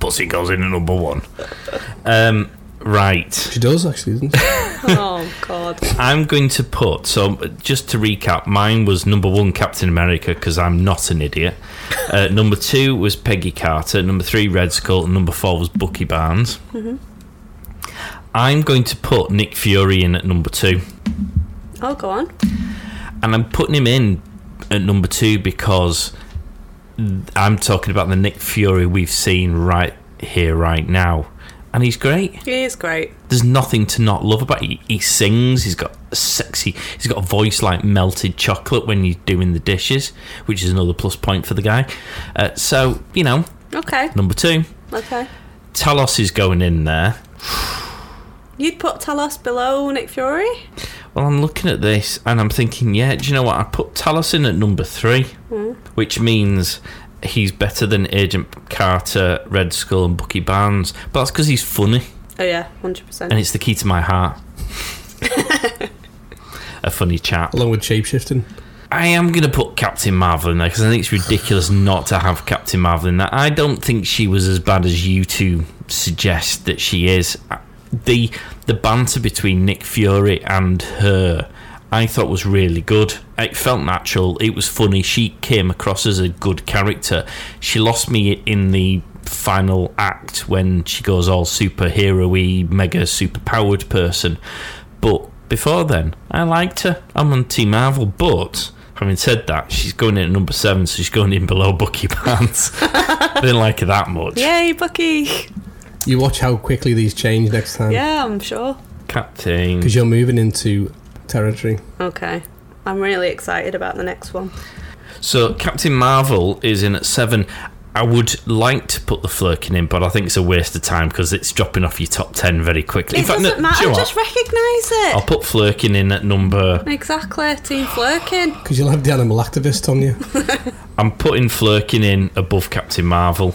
C: Pussy goes in at number one. Um, right.
B: She does actually, doesn't she?
D: Oh, God.
C: I'm going to put. So just to recap, mine was number one Captain America because I'm not an idiot. Uh, number two was Peggy Carter. Number three, Red Skull. And number four was Bucky Barnes. I'm going to put Nick Fury in at number two.
D: Oh, go on.
C: and I'm putting him in at number two because I'm talking about the Nick Fury we've seen right here right now, and he's great.
D: He is great.
C: There's nothing to not love about. It. He, he sings. He's got a sexy. He's got a voice like melted chocolate when you're doing the dishes, which is another plus point for the guy. Uh, so you know,
D: Okay.
C: number two,
D: Okay.
C: Talos is going in there.
D: You'd put Talos below Nick Fury?
C: Well, I'm looking at this and I'm thinking, yeah, do you know what? I put Talos in at number three, which means he's better than Agent Carter, Red Skull, and Bucky Barnes. But that's because he's funny
D: Oh yeah, hundred percent.
C: and it's the key to my heart. A funny chap.
B: along with shapeshifting.
C: I am going to put Captain Marvel in there because I think it's ridiculous not to have Captain Marvel in there. I don't think she was as bad as you two suggest that she is. Uh, The the banter between Nick Fury and her, I thought was really good. It felt natural. It was funny. She came across as a good character. She lost me in the final act when she goes all superhero-y, mega superpowered person. But before then, I liked her. I'm on Team Marvel, but having said that, she's going in at number seven, so she's going in below Bucky Barnes. I didn't like her that much.
D: Yay, Bucky!
B: You watch how quickly these change next time because
D: Yeah, I'm sure.
C: Captain.
B: you're moving into territory.
D: Okay. I'm really excited about the next one.
C: So Captain Marvel is in at seven. I would like to put the Flurkin in, but I think it's a waste of time because it's dropping off your top ten very quickly.
D: it doesn't
C: no,
D: matter,
C: do you know
D: just
C: what? Oh.
D: recognise it.
C: I'll put Flurkin in at number.
D: Exactly, Team Flirkin.
B: Because you'll have the animal activist on you.
C: I'm putting Flurkin in above Captain Marvel.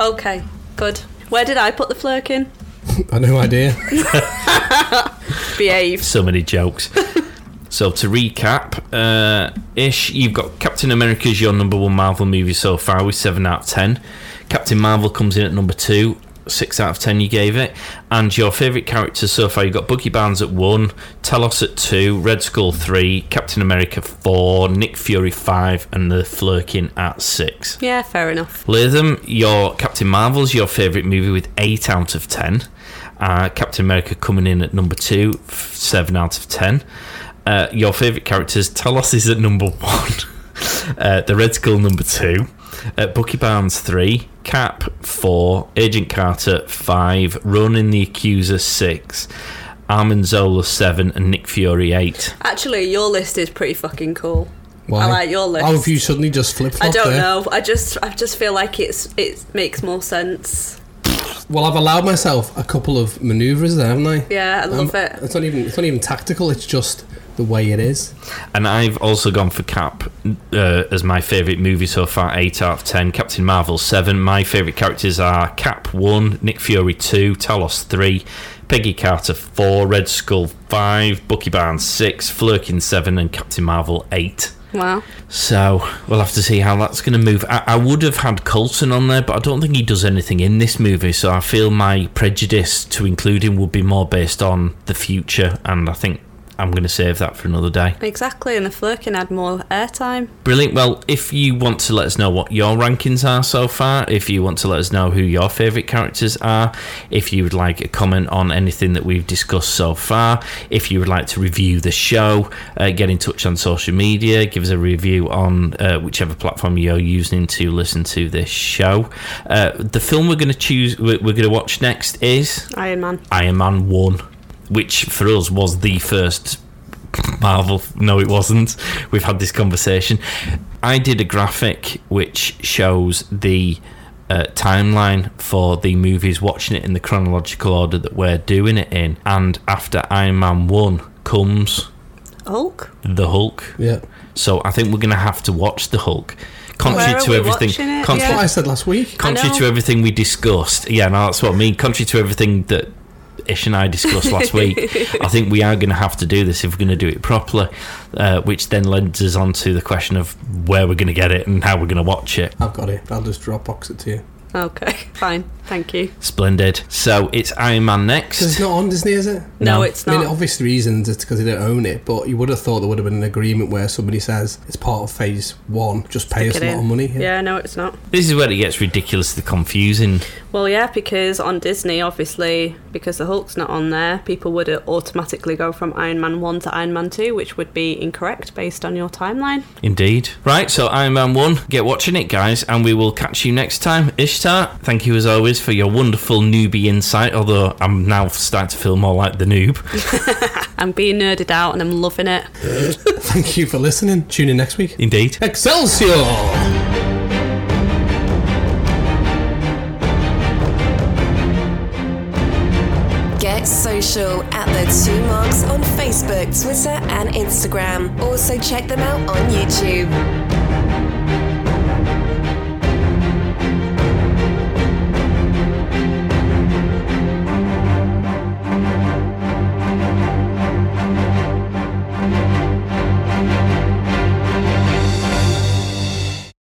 D: Okay, good. Where did I put the Flirkin?
B: I no idea.
D: Behave.
C: so many jokes. so to recap, uh, Ish, you've got Captain America is your number one Marvel movie so far with seven out of ten. Captain Marvel comes in at number two. Six out of ten you gave it, and your favourite character so far you've got Bucky Barnes at one, Talos at two, Red Skull three, Captain America four, Nick Fury five, and the Flurkin at six.
D: Yeah, fair enough.
C: Latham, your Captain Marvel's your favourite movie with 8 out of 10. Uh, Captain America coming in at number 2, f- 7 out of 10. Uh, your favourite characters, Talos is at number 1, uh, The Red Skull number 2, uh, Bucky Barnes 3, Cap 4, Agent Carter 5, Ronin the Accuser 6, Armin Zola 7, and Nick Fury 8.
D: Actually, your list is pretty fucking cool. I like your list.
B: How have you suddenly just flip
D: I
B: flopped
D: don't
B: there?
D: know. I just, I just feel like it's, it makes more sense.
B: Well, I've allowed myself a couple of manoeuvres there, haven't I?
D: Yeah, I love
B: Um,
D: it.
B: It's not even it's not even tactical. It's just the way it is.
C: And I've also gone for Cap uh, as my favourite movie so far, 8 out of 10. Captain Marvel, 7. My favourite characters are Cap, 1, Nick Fury, 2, Talos, 3, Peggy Carter, 4, Red Skull, 5, Bucky Barnes, 6, Flurkin, 7, and Captain Marvel, 8.
D: Wow.
C: So we'll have to see how that's going to move. I, I would have had Colson on there, but I don't think he does anything in this movie. So I feel my prejudice to include him would be more based on the future. And I think I'm going to save that for another day.
D: Exactly, and the Flirkin had more airtime.
C: Brilliant. Well, if you want to let us know what your rankings are so far, if you want to let us know who your favourite characters are, if you would like a comment on anything that we've discussed so far, if you would like to review the show, uh, get in touch on social media, give us a review on uh, whichever platform you're using to listen to this show. Uh, the film we're going to choose, we're going to watch next is
D: Iron Man.
C: Iron Man 1, which for us was the first Marvel. No, it wasn't. We've had this conversation. I did a graphic which shows the uh, timeline for the movies, watching it in the chronological order that we're doing it in. And after Iron Man 1 comes
D: Hulk.
C: The Hulk.
B: Yeah.
C: So I think we're going to have to watch The Hulk. Contrary
D: Where are
C: to
D: we
C: everything.
D: watching it?
C: contrary-
B: That's what I said last week.
C: contrary
D: know.
C: to everything we discussed, yeah, no, that's what I mean. Contrary to everything that Ish and I discussed last week, I think we are going to have to do this if we're going to do it properly, uh, which then leads us on to the question of where we're going to get it and how we're going to watch it.
B: I've got it. I'll just Dropbox it to you.
D: Okay, fine. Thank you.
C: Splendid. So it's Iron Man
B: Because it's
C: next.
B: not on Disney, is it?
D: No,
C: No.
D: it's
B: I mean,
D: not.
B: obvious reasons it's because they don't own it, but you would have thought there would have been an agreement where somebody says it's part of phase one, just pay us
D: Get
B: a lot
D: in.
B: of money.
D: Yeah, no, it's not.
C: This is where it gets ridiculously confusing.
D: Well, yeah, because on Disney, obviously, because the Hulk's not on there, people would automatically go from Iron Man 1 to Iron Man 2, which would be incorrect based on your timeline.
C: Indeed. Right, so Iron Man 1, get watching it, guys, and we will catch you next time. Ishtar, thank you as always for your wonderful newbie insight, although I'm now starting to feel more like the noob.
D: I'm being nerded out and I'm loving it.
B: Thank you for listening. Tune in next week.
C: Indeed.
B: Excelsior!
A: Get social at the Two Marks on Facebook, Twitter, and Instagram. Also, check them out on YouTube.